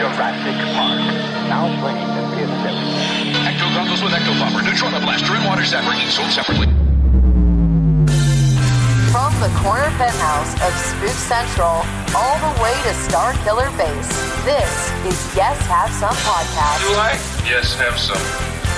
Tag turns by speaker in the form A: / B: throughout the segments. A: Jurassic Park. Now playing the kids everywhere.
B: Ecto goggles with Ecto Bomber, Neutrona Blaster, and Water Zapper each sold separately.
C: From the corner penthouse of Spook Central, all the way to Star Killer Base, this is Yes Have Some Podcast.
B: I? Yes, have some.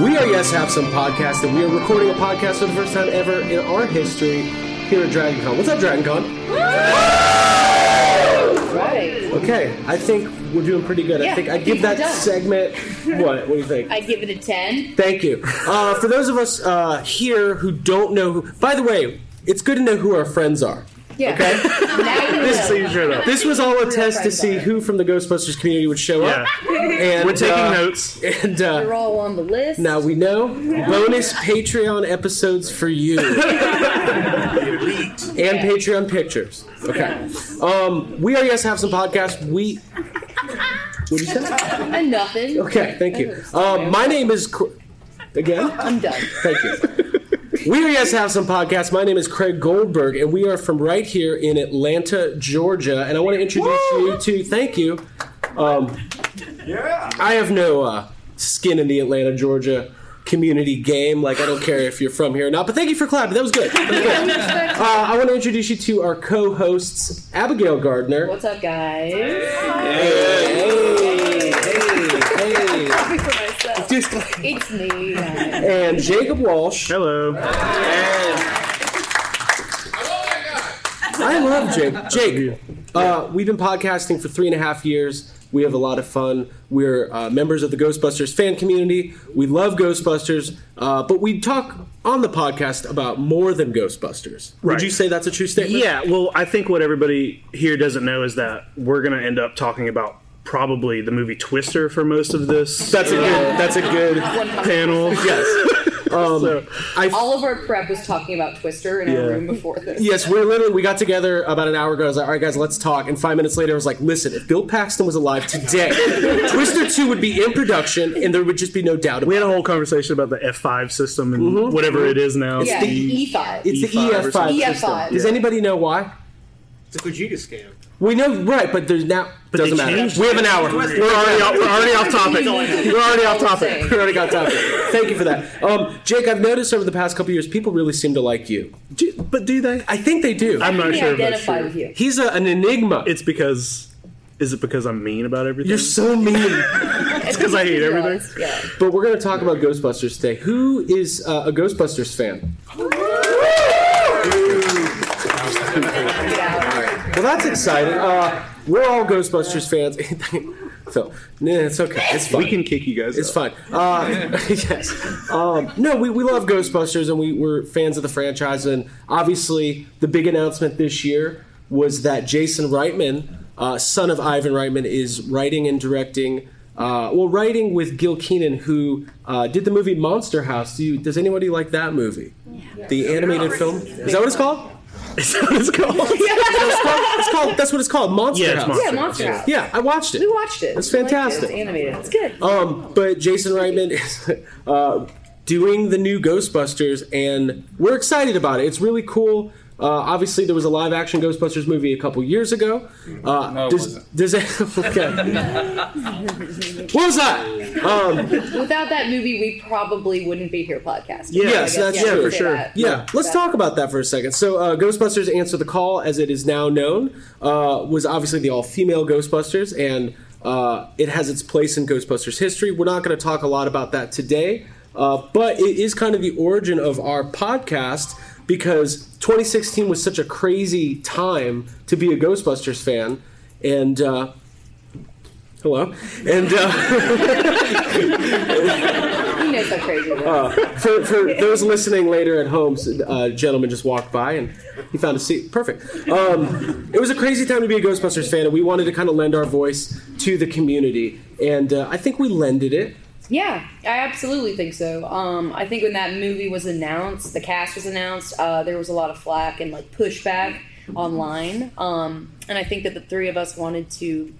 D: We are Yes Have Some Podcast, and we are recording a podcast for the first time ever in our history here at Dragon Con. What's up, Dragon Con?
E: Right.
D: Okay, I think we're doing pretty good. I
E: Yeah,
D: think
E: I
D: I
E: think
D: give
E: we're
D: that
E: done.
D: segment. What? What do you think?
E: I give it a 10.
D: Thank you. Uh, for those of us uh, here who don't know, who, by the way, it's good to know who our friends are.
E: Yeah.
D: Okay.
E: Now you
D: This,
E: know.
D: this was all a test to
E: friends
D: see
E: are.
D: who from the Ghostbusters community would show up. And,
F: We're taking
D: uh,
F: notes.
D: And uh,
E: They're all on the list.
D: Now we know bonus Patreon episodes for you. and Patreon pictures. Okay. Um, we are Yes Have Some Podcast. We. What you say?
E: And nothing.
D: Okay, thank you. Um, my name is. Cr- Again?
E: I'm done.
D: Thank you. We are Yes Have Some Podcast. My name is Craig Goldberg, and we are from right here in Atlanta, Georgia. And I want to introduce you to. Thank you. Um, I have no uh, skin in the Atlanta, Georgia community game. Like, I don't care if you're from here or not. But thank you for clapping. That was good. That was good. Uh, I want to introduce you to our co-hosts, Abigail Gardner.
E: What's up, guys?
D: Hey, hey, hey.
E: Happy for myself.
D: Just-
E: It's me. guys.
D: and Jacob Walsh.
F: Hello.
D: I love Jake. Jake, uh, we've been podcasting for three and a half years. We have a lot of fun. We're uh, members of the Ghostbusters fan community. We love Ghostbusters, uh, but we talk on the podcast about more than Ghostbusters. Would
F: Right.
D: you say that's a true statement?
F: Yeah, well, I think what everybody here doesn't know is that we're going to end up talking about probably the movie Twister for most of this
D: that's a good. That's a good.
F: panel.
D: Yes. Um,
F: So,
E: All of our prep was talking about Twister in our
F: Yeah.
E: room before this.
D: Yes, we literally we got together about an hour ago. I was like, "All right, guys, let's talk." And five minutes later, I was like, "Listen, if Bill Paxton was alive today, Twister Two would be in production, and there would just be no doubt about
F: we
D: it."
F: had a whole conversation about the F5 system and
D: Mm-hmm.
F: whatever it is now.
E: Yeah, the E E5.
D: It's the
F: E5 E or
D: EF five
F: something.
D: system.
E: EF5.
D: Does
F: Yeah.
D: anybody know why?
G: It's a Gogeta scam.
D: We know, right? But there's now.
F: But
D: doesn't
F: they
D: matter.
F: changed
D: We have an hour. We're already off, we're already off topic. We're already off topic. We already got topic. Thank you for that, um, Jake. I've noticed over the past couple years, people really seem to like you.
F: Do- but do they?
D: I think they do.
E: I
F: I'm not sure if that's
E: identify
F: true.
E: with you.
D: He's a, an enigma.
F: It's because. Is it because I'm mean about everything?
D: You're so mean.
E: It's
F: 'cause I hate everything.
E: Yeah.
D: but we're going to talk about Ghostbusters today. Who is uh, a Ghostbusters fan?
E: Get out.
D: Well, that's exciting. Uh, we're all Ghostbusters fans. so, nah, it's okay. It's fine.
F: we can kick you guys.
D: It's
F: out.
D: fun. Uh, yes. Um, no, we, we love Ghostbusters and we, we're fans of the franchise. And obviously, the big announcement this year was that Jason Reitman, uh, son of Ivan Reitman, is writing and directing. Uh, well, writing with Gil Keenan, who uh, did the movie Monster House. Do you, does anybody like that movie? The animated film? Is that what it's called?
F: Is that what it's called?
D: It's called, it's called- that's what it's called. Monster
F: Yeah, it's
D: House.
F: Monster
E: Yeah, Monster House.
D: Yeah, I watched it.
E: We watched it.
D: It's
E: We liked it.
D: fantastic.
E: It's animated. It's good.
D: Um, but Jason Reitman is uh, doing the new Ghostbusters, and we're excited about it. It's really cool. Uh, obviously, there was a live action Ghostbusters movie a couple years ago. Uh,
G: No, it
D: does,
G: wasn't.
D: does it- okay. what was that?
E: Without that movie, we probably wouldn't be here podcasting.
F: Yeah,
D: Yes,
E: I guess,
D: that's
E: yeah,
D: true.
E: you say that.
D: Yeah, let's
E: That-
D: talk about that for a second. So, uh, Ghostbusters Answer the Call, as it is now known, uh, was obviously the all female Ghostbusters, and uh, it has its place in Ghostbusters history. We're not going to talk a lot about that today, uh, but it is kind of the origin of our podcast because 2016 was such a crazy time to be a Ghostbusters fan, and. Uh, Hello, and uh,
E: You knows how crazy it is.
D: for, for those listening later at home, s- uh, gentleman just walked by and he found a seat. Perfect. Um, it was a crazy time to be a Ghostbusters fan, and we wanted to kind of lend our voice to the community. And uh, I think we lended it.
E: Yeah, I absolutely think so. Um, I think when that movie was announced, the cast was announced, uh, there was a lot of flack and like pushback online. Um, and I think that the three of us wanted to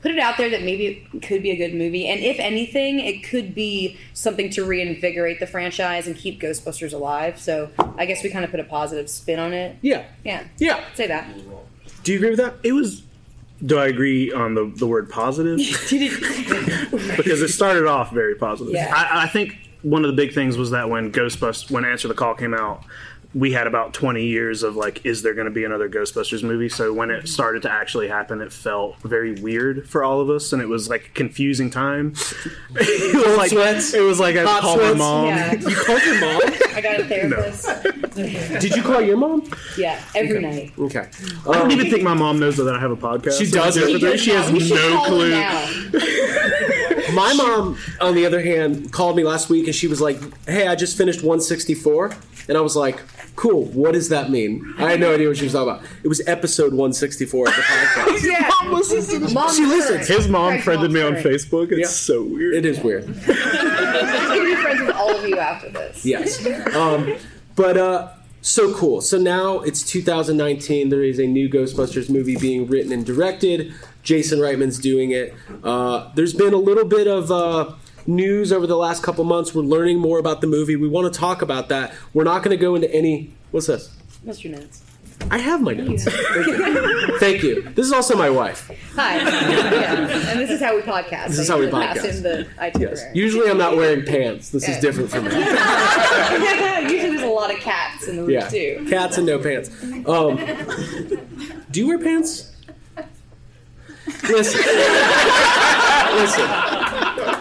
E: put it out there that maybe it could be a good movie. And if anything, it could be something to reinvigorate the franchise and keep Ghostbusters alive. So I guess we kind of put a positive spin on it.
D: Yeah.
E: Yeah.
D: Yeah.
E: Say that.
D: Do you agree with that?
F: It was. Do I agree on the, the word positive? because it started off very positive.
E: Yeah.
F: I, I think one of the big things was that when Ghostbusters, when Answer the Call came out, we had about 20 years of like, is there going to be another Ghostbusters movie? So when it started to actually happen, it felt very weird for all of us, and it was like a confusing time. it was like
D: sweats?
F: it was like I
D: Hot
F: called my
D: sweats?
F: mom.
E: Yeah.
D: You called your mom?
E: I got a therapist.
D: Did you call your mom?
E: Yeah, every night.
D: Okay. Um,
F: I don't even think my mom knows that I have a podcast.
D: She doesn't.
F: But there- She has
E: We should
F: no
E: call him
F: clue.
E: now.
D: My mom, on the other hand, called me last week and she was like, "Hey, I just finished 164," and I was like, "Cool. What does that mean?" I had no idea what she was talking about. It was episode 164 of the podcast.
E: Yeah. Mom listens to this. Mom
D: She listens.
F: His mom
E: Craig's
F: friended
E: mom's
F: me on
E: great.
F: Facebook. It's
D: Yeah.
F: so weird.
D: It is weird.
E: I'm going to be friends with all of you after this.
D: Yes. Um, but uh, so cool. So now it's 2019. There is a new Ghostbusters movie being written and directed. Jason Reitman's doing it. Uh, there's been a little bit of. Uh, News over the last couple months. We're learning more about the movie. We want to talk about that. We're not going to go into any. What's this?
E: Mr. Nance.
D: I have my notes. Thank you. Thank you. This is also my wife.
E: Hi. yeah. And this is how we podcast. This
D: is how we podcast.
E: in the itinerary.
D: Usually I'm not wearing pants. This is
E: Yeah.
D: different for me.
E: Usually there's a lot of cats in the room,
D: Yeah.
E: too.
D: Cats and no pants. Um, do you wear pants? Listen. Listen.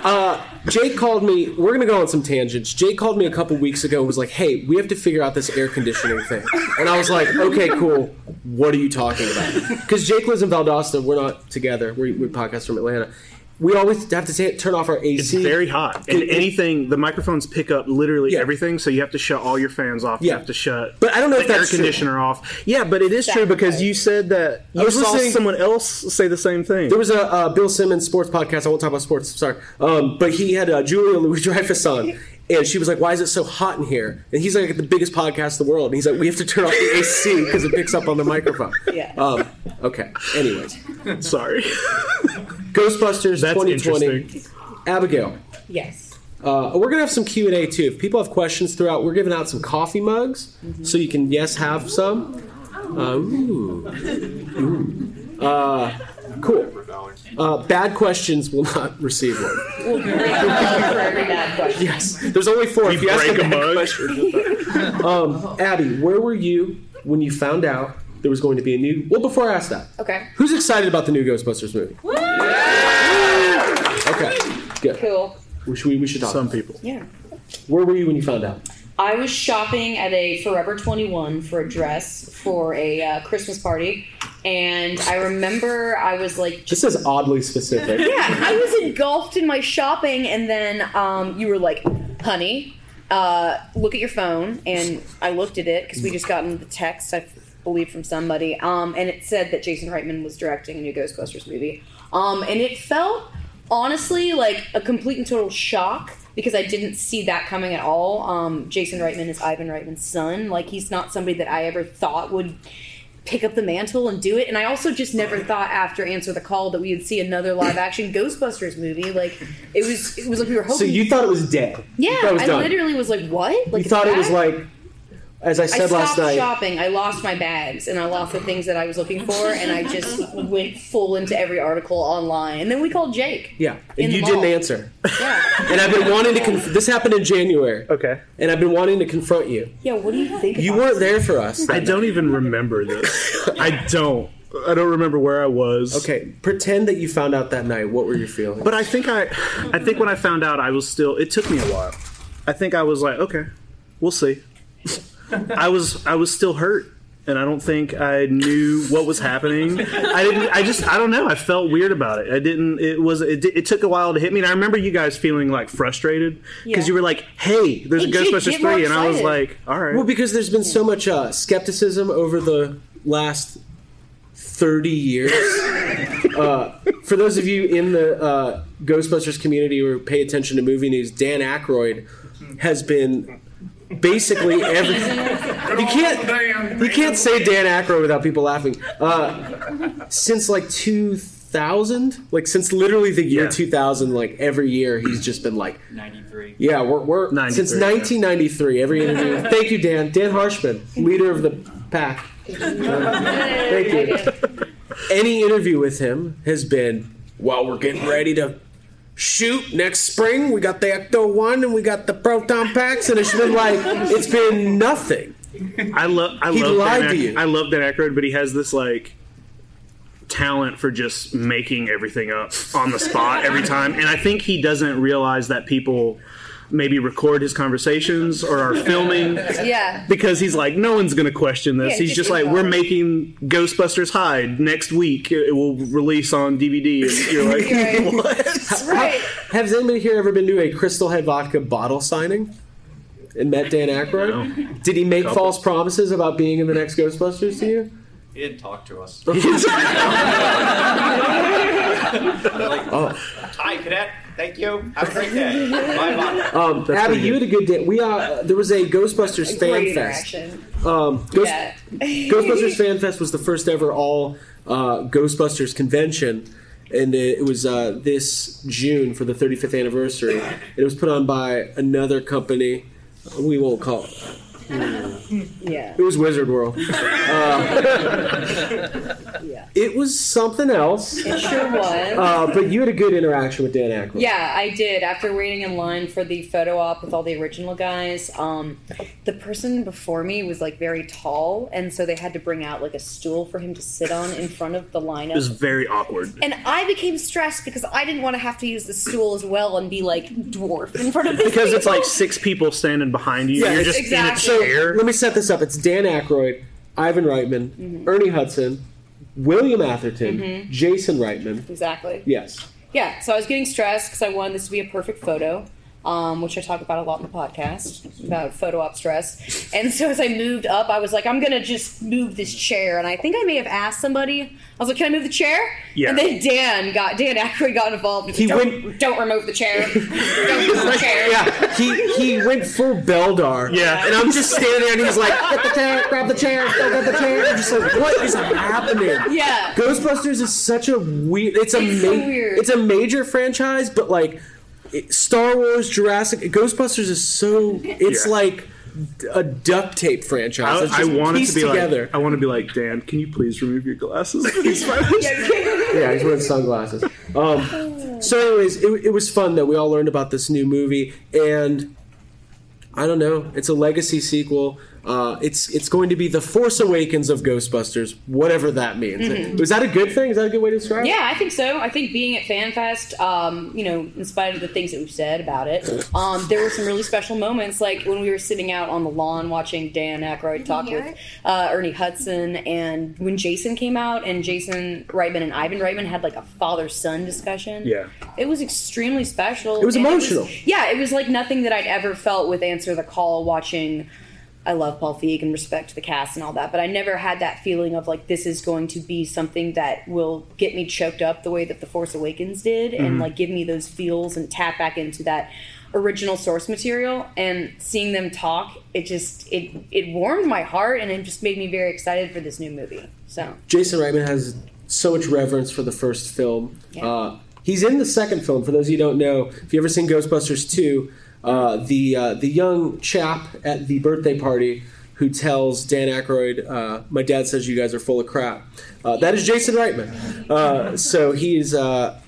D: Uh, Jake called me. We're going to go on some tangents. Jake called me a couple weeks ago and was like, hey, we have to figure out this air conditioning thing. And I was like, okay, cool. What are you talking about? Because Jake lives in Valdosta. We're not together. We, we podcast from Atlanta. We always have to ta- turn off our AC.
F: It's very hot. And
D: It- it-
F: anything, the microphones pick up literally
D: Yeah.
F: everything, so you have to shut all your fans off. You
D: Yeah.
F: have to shut
D: But I don't know
F: the
D: if
F: air
D: that's true.
F: conditioner off. Yeah, but it is true because you said that you
D: was
F: saw
D: listening-
F: someone else say the same thing.
D: There was a uh, Bill Simmons sports podcast. I won't talk about sports. Sorry, um, but he had uh, Julia Louis Dreyfus on, and she was like, "Why is it so hot in here?" And he's like, "The biggest podcast in the world." And he's like, "We have to turn off the AC because it picks up on the microphone."
E: Yeah.
D: Um, okay. Anyways,
F: Sorry.
D: Ghostbusters
F: That's
D: 2020.
F: interesting.
D: Abigail,
E: Yes.
D: uh, we're gonna have some Q and A too. If people have questions throughout, we're giving out some coffee mugs, so you can yes have some. Uh, ooh. Ooh. Uh, cool. Uh, bad questions will not receive one.
E: For every bad question.
D: Yes. There's only four.
F: You
D: If you ask
F: break
D: the
F: a
D: bad
F: mug?
D: question- um, Abby, where were you when you found out there was going to be a new? Well, before I ask that,
E: Okay.
D: who's excited about the new Ghostbusters movie? Okay. Good.
E: Cool.
D: We should, we, we should talk.
F: Some people.
E: Yeah.
D: Where were you when you found out?
E: I was shopping at a Forever 21 for a dress for a uh, Christmas party. And I remember I was like
D: This is oddly specific.
E: Yeah, I was engulfed in my shopping, and then um, you were like, "Honey, uh, look at your phone." And I looked at it because we just gotten the text, I believe, from somebody, um, and it said that Jason Reitman was directing a new Ghostbusters movie, um, and it felt honestly like a complete and total shock because I didn't see that coming at all. Um, Jason Reitman is Ivan Reitman's son; like, he's not somebody that I ever thought would pick up the mantle and do it. And I also just never thought after Answer the Call that we would see another live action Ghostbusters movie. Like it was, it was like we were hoping.
D: So you thought it was dead?
E: Oh, yeah,
D: That was
E: I
D: done.
E: literally was like, what? Like
D: You
E: it's
D: thought it was
E: back?
D: like, as I
E: I
D: said last
E: stopped
D: night.
E: shopping. I lost my bags and I lost the things that I was looking for, and I just went full into every article online. And then we called Jake.
D: Yeah,
E: In
D: and
E: the
D: you didn't
E: mall.
D: answer.
E: Yeah.
D: And I've been wanting to. Conf- this happened in January.
F: Okay.
D: And I've been wanting to confront you.
E: Yeah. What do you think?
D: You
E: about
D: weren't there for us.
F: I don't even remember this. I don't. I don't remember where I was.
D: Okay, pretend that you found out that night. What were your feelings?
F: But I think I, I think when I found out, I was still. It took me a while. I think I was like, okay, we'll see. I was I was still hurt and I don't think I knew what was happening. I didn't. I just. I don't know. I felt weird about it. I didn't. It was. It, di- it took a while to hit me, and I remember you guys feeling like frustrated because
E: Yeah.
F: you were like, "Hey, there's
E: Hey,
F: a
E: Jake,
F: Ghostbusters
E: get more
F: three, and I was
E: excited.
F: like, "All right."
D: Well, because there's been so much uh, skepticism over the last 30 years. uh, for those of you in the uh, Ghostbusters community who pay attention to movie news, Dan Aykroyd has been basically every. You can't, you can't say Dan Aykroyd without people laughing. Uh, since like 2000, like since literally the year
F: Yeah.
D: 2000, like every year he's just been like,
G: 93.
D: yeah, we're, we're since
F: 93, yeah.
D: 1993. Every interview. Thank you, Dan. Dan Harshman, leader of the pack. Thank you. Any interview with him has been, well, we're getting ready to shoot next spring. We got the Ecto One and we got the Proton packs, and it's been like it's been nothing.
F: I love. I
D: He
F: love.
D: lied
F: Dan
D: to
F: Ack-
D: you.
F: I love Dan Aykroyd, but he has this like talent for just making everything up on the spot every time, and I think he doesn't realize that people maybe record his conversations or are filming
E: Yeah.
F: because he's like, no one's going to question this.
E: Yeah,
F: he's
E: just
F: just like,
E: ignore
F: we're
E: it.
F: making Ghostbusters Hide next week. It will release on DVD. And you're like,
E: Right.
F: what?
E: Right.
D: Has anybody here ever been to a Crystal Head Vodka bottle signing and met Dan Aykroyd? Did he make false promises about being in the next Ghostbusters to you?
G: He didn't talk to us. Hi, cadet. Thank you. Have a great day. Bye, bye.
D: Um,
F: That's
D: Abby,
F: pretty
D: you had
F: good.
D: a good day. We uh, there was a Ghostbusters
E: Great
D: fan fest.
E: interaction.
D: Um, Ghost-
E: Yeah.
D: Ghostbusters fan fest was the first ever all uh, Ghostbusters convention, and it, it was uh, this June for the 35th anniversary. It was put on by another company. We won't call. It,
E: Yeah.
D: it was Wizard World. Uh,
E: Yeah.
D: It was something else.
E: It sure was.
D: Uh, but you had a good interaction with Dan Aykroyd.
E: Yeah, I did. After waiting in line for the photo op with all the original guys, um, the person before me was like very tall, and so they had to bring out like a stool for him to sit on in front of the lineup.
F: It was very awkward.
E: and I became stressed because I didn't want to have to use the stool as well and be like dwarf in front of these
F: Because it's
E: people.
F: like six people standing behind you.
D: Yeah,
F: you're just
E: exactly.
F: in a chair.
D: Let me set this up. It's Dan Aykroyd, Ivan Reitman, Ernie Hudson, William Atherton, Jason Reitman.
E: exactly.
D: Yes.
E: Yeah, so I was getting stressed because I wanted this to be a perfect photo, um, which I talk about a lot in the podcast about photo op stress. And so as I moved up, I was like, I'm gonna just move this chair. And I think I may have asked somebody. I was like, Can I move the chair?
F: Yeah.
E: And then Dan got Dan Aykroyd got involved.
D: He
E: He don't,
D: went-
E: Don't remove the chair. don't remove the chair.
D: Yeah, he he went full Beldar.
F: Yeah.
D: and I'm just standing there, and he's like, "Get the chair, grab the chair, go get the chair." I'm just like, "What is happening?"
E: Yeah.
D: Ghostbusters is such a weird. It's a
E: It's
D: ma-
E: so weird.
D: It's a major franchise, but like it, Star Wars, Jurassic, Ghostbusters is so. It's
F: Yeah.
D: like a duct tape franchise. It's
F: I, I
D: just
F: want it to
D: pieced
F: be
D: together.
F: like. I want to be like Dan. Can you please remove your glasses? Please, my-
D: yeah, he's wearing sunglasses. Um, so, anyways, it, it was fun that we all learned about this new movie, and I don't know, it's a legacy sequel. Uh, it's it's going to be the Force Awakens of Ghostbusters, whatever that means. Was that a good thing? Is that a good way to describe it?
E: Mm-hmm. Yeah, I think so. I think being at FanFest, um, you know, in spite of the things that we've said about it, um, there were some really special moments, like when we were sitting out on the lawn watching Dan Aykroyd talk with uh, Ernie Hudson, and when Jason came out, and Jason Reitman and Ivan Reitman had like a father-son discussion.
F: Yeah.
E: it was extremely special.
D: It was
E: and
D: emotional.
E: yeah, it was like nothing that I'd ever felt with Answer the Call watching. I love Paul Feig and respect the cast and all that, but I never had that feeling of like this is going to be something that will get me choked up the way that The Force Awakens did and
D: Mm-hmm.
E: like give me those feels and tap back into that original source material and seeing them talk it just it it warmed my heart and it just made me very excited for this new movie so
D: Jason Reitman has so much reverence for the first film.
E: Yeah.
D: Uh, he's in the second film. For those of you who don't know, if you ever seen Ghostbusters two, uh, the uh, the young chap at the birthday party who tells Dan Aykroyd, uh, "My dad says you guys are full of crap." Uh, that is Jason Reitman. Uh, so he's uh,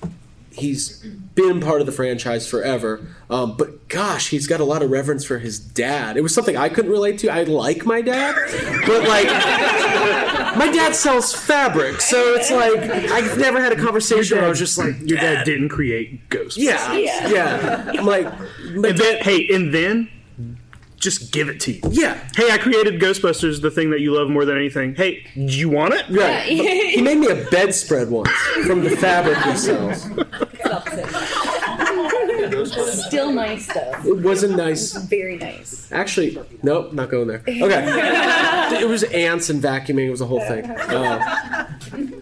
D: he's been part of the franchise forever. Um, but gosh, he's got a lot of reverence for his dad. It was something I couldn't relate to. I like my dad, but like. My dad sells fabric, so it's like I've never had a conversation where I was just like,
F: your dad didn't create ghosts.
D: yeah, yeah. I'm like, my
F: And
D: dad,
F: then, hey, and then just give it to you.
D: Yeah.
F: Hey, I created Ghostbusters, the thing that you love more than anything. Hey, do you want it?
D: Right. He made me a bedspread once from the fabric he sells.
E: Still nice though.
D: It wasn't nice.
E: Very nice.
D: Actually, nope, not going there. Okay. it was ants and vacuuming. It was a whole thing. Uh,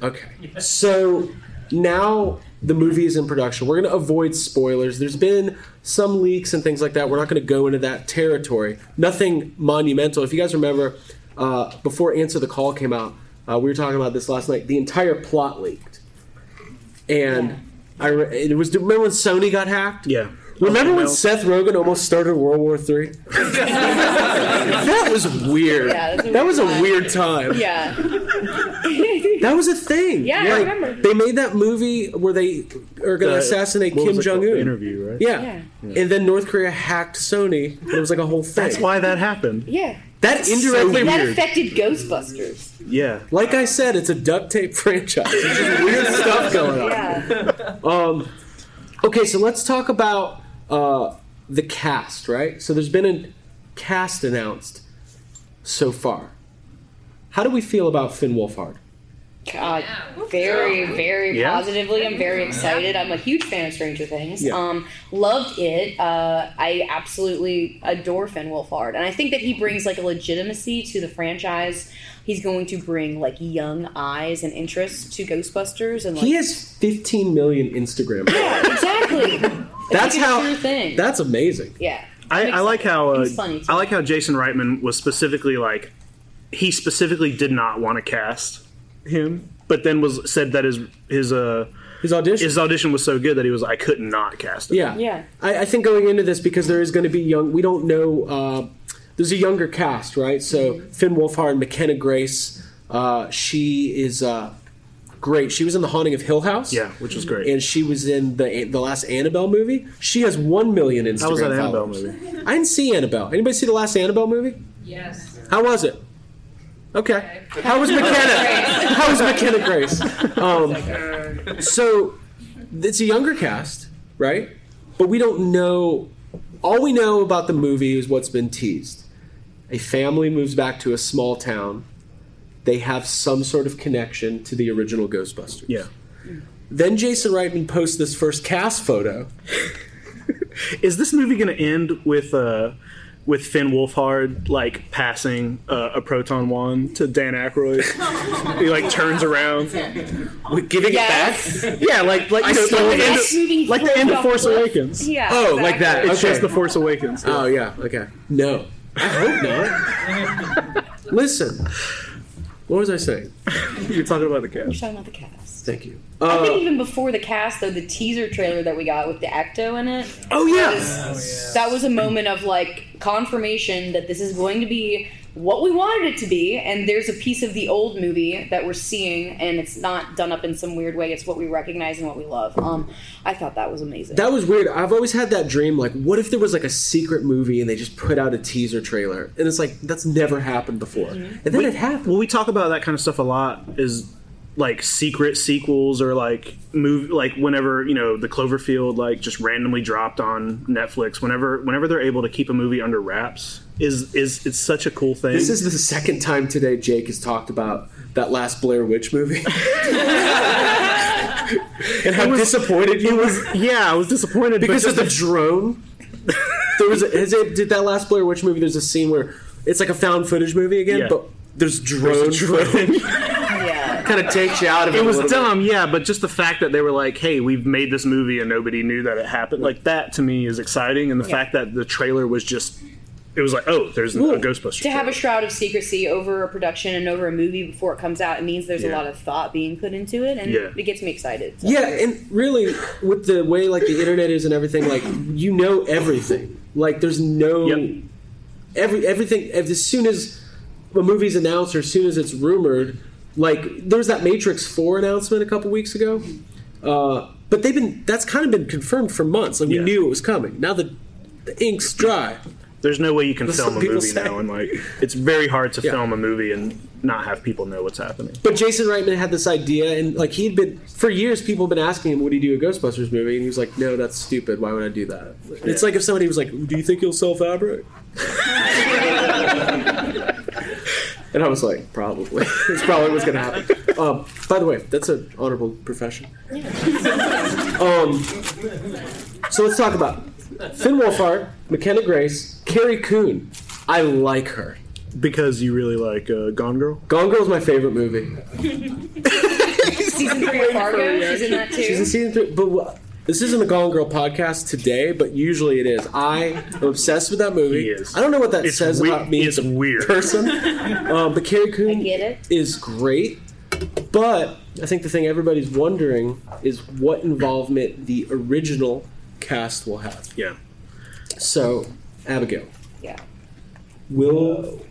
D: okay. So now the movie is in production. We're going to avoid spoilers. There's been some leaks and things like that. We're not going to go into that territory. Nothing monumental. If you guys remember, uh, before Answer the Call came out, uh, we were talking about this last night. The entire plot leaked. And I re- it was remember when Sony got hacked?
F: Yeah.
D: Remember when Seth Rogen almost started World War Three? that was weird.
E: Yeah, that's a
D: that was a
E: weird time.
D: weird time.
E: Yeah.
D: That was a thing.
E: Yeah, I
D: Like,
E: remember.
D: They made that movie where they are going to
F: Uh,
D: assassinate
F: what was
D: Kim
F: it called?
D: Jong Un.
F: The interview, right?
D: Yeah.
E: Yeah.
D: and then North Korea hacked Sony. And it was like a whole thing.
F: That's why that happened.
E: Yeah.
D: that indirectly.
E: That affected Ghostbusters.
F: Yeah.
D: like I said, it's a duct tape franchise. There's just weird stuff going on. Um,
E: Yeah.
D: Okay, so let's talk about uh, the cast, right? So there's been a cast announced so far. How do we feel about Finn Wolfhard?
E: God, very, very
F: Yeah.
E: positively. I'm very excited. I'm a huge fan of Stranger Things.
D: Yeah.
E: Um, loved it. Uh, I absolutely adore Finn Wolfhard, and I think that he brings like a legitimacy to the franchise. He's going to bring like young eyes and interest to Ghostbusters, and like
D: He has 15 million Instagram. followers.
E: Yeah, exactly.
D: That's
E: like a
D: how.
E: true thing.
D: That's amazing.
E: yeah.
F: I,
E: I'm
F: I like
E: excited.
F: how uh,
E: He's funny, too.
F: I like how Jason Reitman was specifically like he specifically did not want to cast him, but then was said that his his uh
D: His audition.
F: his audition was so good that he was I could not cast him.
D: yeah.
E: Yeah.
D: I, I think going into this because there is going to be young. We don't know. Uh, there's a younger cast, right? So
E: Mm-hmm.
D: Finn Wolfhard, McKenna Grace. Uh, she is uh, great. She was in The Haunting of Hill House.
F: yeah, which was great.
D: and she was in the the last Annabelle movie. She has one million Instagram
F: How was that Annabelle
D: followers.
F: movie?
D: I didn't see Annabelle. Anybody see the last Annabelle movie?
H: Yes.
D: How was it? Okay. How was McKenna? How was McKenna Grace? Um, so it's a younger cast, right? But we don't know. All we know about the movie is what's been teased. A family moves back to a small town. They have some sort of connection to the original Ghostbusters.
F: Yeah.
D: Then Jason Reitman posts this first cast photo.
F: Is this movie going to end with uh with Finn Wolfhard like passing uh, a proton wand to Dan Aykroyd? he like turns around, giving
E: Yes.
F: it back. Yeah, like like you know,
D: stole
F: like, the end
E: Next movie
F: of, like the end of
E: from-
F: Force Awakens.
E: Yeah.
D: Oh, like that.
E: exactly.
F: It's
D: Okay.
F: just the Force Awakens.
D: Oh yeah, okay. No, I hope not. Listen, what was I saying?
F: You're talking about the cast.
E: Talking about the cast.
D: Thank you.
E: I
D: Uh,
E: think even before the cast, though, the teaser trailer that we got with the Ecto in it,
D: oh yeah,
E: was- that was a moment of like confirmation that this is going to be what we wanted it to be and there's a piece of the old movie that we're seeing and it's not done up in some weird way it's what we recognize and what we love um i thought that was amazing
D: that was weird. I've always had that dream. Like, what if there was like a secret movie and they just put out a teaser trailer? And it's like that's never happened before. And then it happened.
F: Well, we talk about that kind of stuff a lot. Is like secret sequels or like move like whenever you know the Cloverfield like just randomly dropped on Netflix. Whenever whenever they're able to keep a movie under wraps is is it's such a cool thing.
D: This is the second time today Jake has talked about that last Blair Witch movie. and how disappointed you
F: it
D: were.
F: was yeah. I was disappointed
D: because
F: but
D: of the drone. There was a, has it, did that last Blair Witch movie? There's a scene where it's like a found footage movie again,
F: Yeah.
D: but there's drone.
E: yeah
D: kind of takes you out of it.
F: It
D: a
F: was
D: little bit.
F: dumb, yeah, but just the fact that they were like, "Hey, we've made this movie and nobody knew that it happened," like that to me is exciting. And the fact that the trailer was just, it was like, "Oh, there's a Ghostbuster."
E: to have a shroud of secrecy over a production and over a movie before it comes out it means there's a
F: Yeah.
E: lot of thought being put into it and
F: Yeah.
E: it gets me excited so.
D: Yeah, and really, with the way like the internet is and everything, like you know everything. Like there's no
F: Yep.
D: every everything as soon as a movie's announced or as soon as it's rumored. Like there was that Matrix Four announcement a couple weeks ago, uh, but they've been that's kind of been confirmed for months. Like we
F: Yeah.
D: knew it was coming. Now the the ink's dry.
F: There's no way you can
D: some
F: film a
D: people
F: movie
D: say.
F: now, and like it's very hard to
D: Yeah.
F: film a movie and not have people know what's happening.
D: But Jason Reitman had this idea, and like he'd been for years, people had been asking him, "Would he do a Ghostbusters movie?" And he was like, "No, that's stupid. Why would I do that?" It's like if somebody was like, "Do you think you'll sell fabric?" And I was like, probably. it's probably what's going to happen. Um, by the way, that's an honorable profession. um, so let's talk about Finn Wolfhard, McKenna Grace, Carrie Coon. I like her.
F: Because you really like uh, Gone Girl?
D: Gone Girl's my favorite movie.
E: Season three of Fargo. She's in that too.
D: She's in season three, but wha- this isn't a Gone Girl podcast today, but usually it is. I am obsessed with that movie.
F: He is.
D: I don't know what that
F: It's
D: says
F: we-
D: about me
F: it's
D: as a
F: weird.
D: person, um, but Carrie Coon
E: I get it.
D: is great. But I think the thing everybody's wondering is what involvement the original cast will have.
F: Yeah.
D: So, Abigail,
E: yeah.
D: will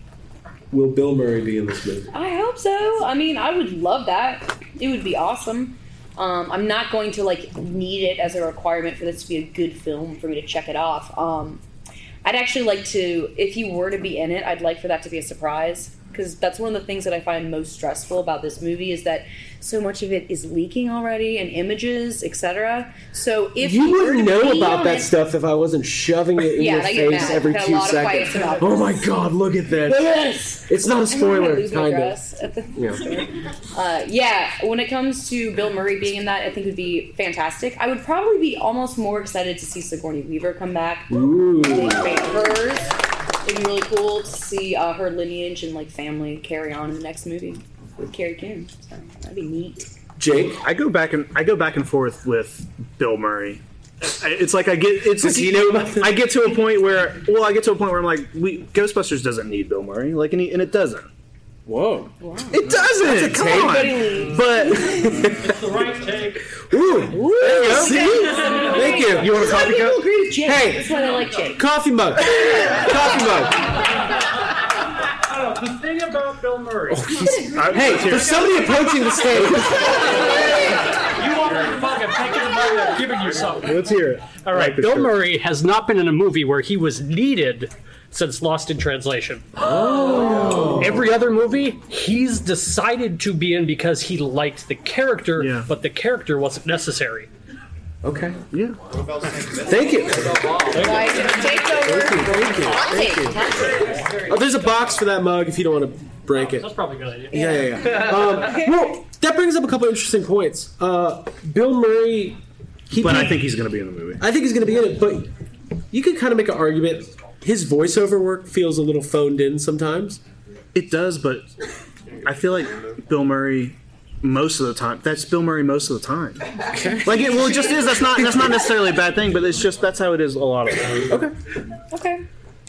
D: will Bill Murray be in this movie?
E: I hope so. I mean, I would love that. It would be awesome. Um, I'm not going to like need it as a requirement for this to be a good film for me to check it off. Um, I'd actually like to, if you were to be in it, I'd like for that to be a surprise because that's one of the things that I find most stressful about this movie is that so much of it is leaking already and images, etc. So if
D: You
E: he were to
D: wouldn't know
E: be
D: about
E: on
D: that
E: it-
D: stuff if I wasn't shoving it in
E: Yeah,
D: your
E: I get
D: face
E: mad.
D: every
E: Had a
D: two
E: lot of fights
D: seconds.
E: about
D: Oh my god, look at that.
E: Yes.
D: It's not a
E: I'm gonna
D: spoiler,
E: lose my
D: kind of.
E: dress at the
D: Yeah.
E: store. Uh, yeah, when it comes to Bill Murray being in that, I think would be fantastic. I would probably be almost more excited to see Sigourney Weaver come back.
D: Ooh.
E: Big fan of hers. It'd be really cool to see uh, her lineage and like family carry on in the next movie with Carrie Coon. So that'd be neat.
D: Jake,
F: I go back and I go back and forth with Bill Murray. I- It's like I get it's
D: Does he know about this?
F: I get to a point where well I get to a point where I'm like we Ghostbusters doesn't need Bill Murray like and, he, and it doesn't
D: whoa.
F: it doesn't come on but
D: Ooh, there you go. Thank you. You want a coffee
E: People
D: cup?
E: agree with Jake.
D: Hey.
E: That's why they like Jake.
D: Coffee mug. coffee mug.
H: Oh, The thing about Bill Murray,
D: Oh,
F: I,
D: Hey, there's somebody approaching the stage.
H: you want me to fucking pick it up, I'm giving you something.
F: let's hear it
H: All right, Bill Murray has not been in a movie where he was needed since Lost in Translation. Oh. Every other movie, he's decided to be in because he liked the character,
F: Yeah.
H: but the character wasn't necessary.
D: Okay.
F: yeah
D: Thank you.
E: Why is it a takeover?
D: Thank you. Thank you. Oh, there's a box for that mug if you don't want to break it.
H: That's probably a good idea.
D: Yeah, yeah, yeah. Um, well, that brings up a couple interesting points. Uh, Bill Murray. He
F: but
D: did-
F: I think he's gonna be in the movie
D: I think he's going to be in it, but you could kind of make an argument. His voiceover work feels a little phoned in sometimes.
F: it does but I feel like Bill Murray most of the time that's Bill Murray most of the time like it well it just is that's not that's not necessarily a bad thing but it's just that's how it is a lot of the time.
E: Okay.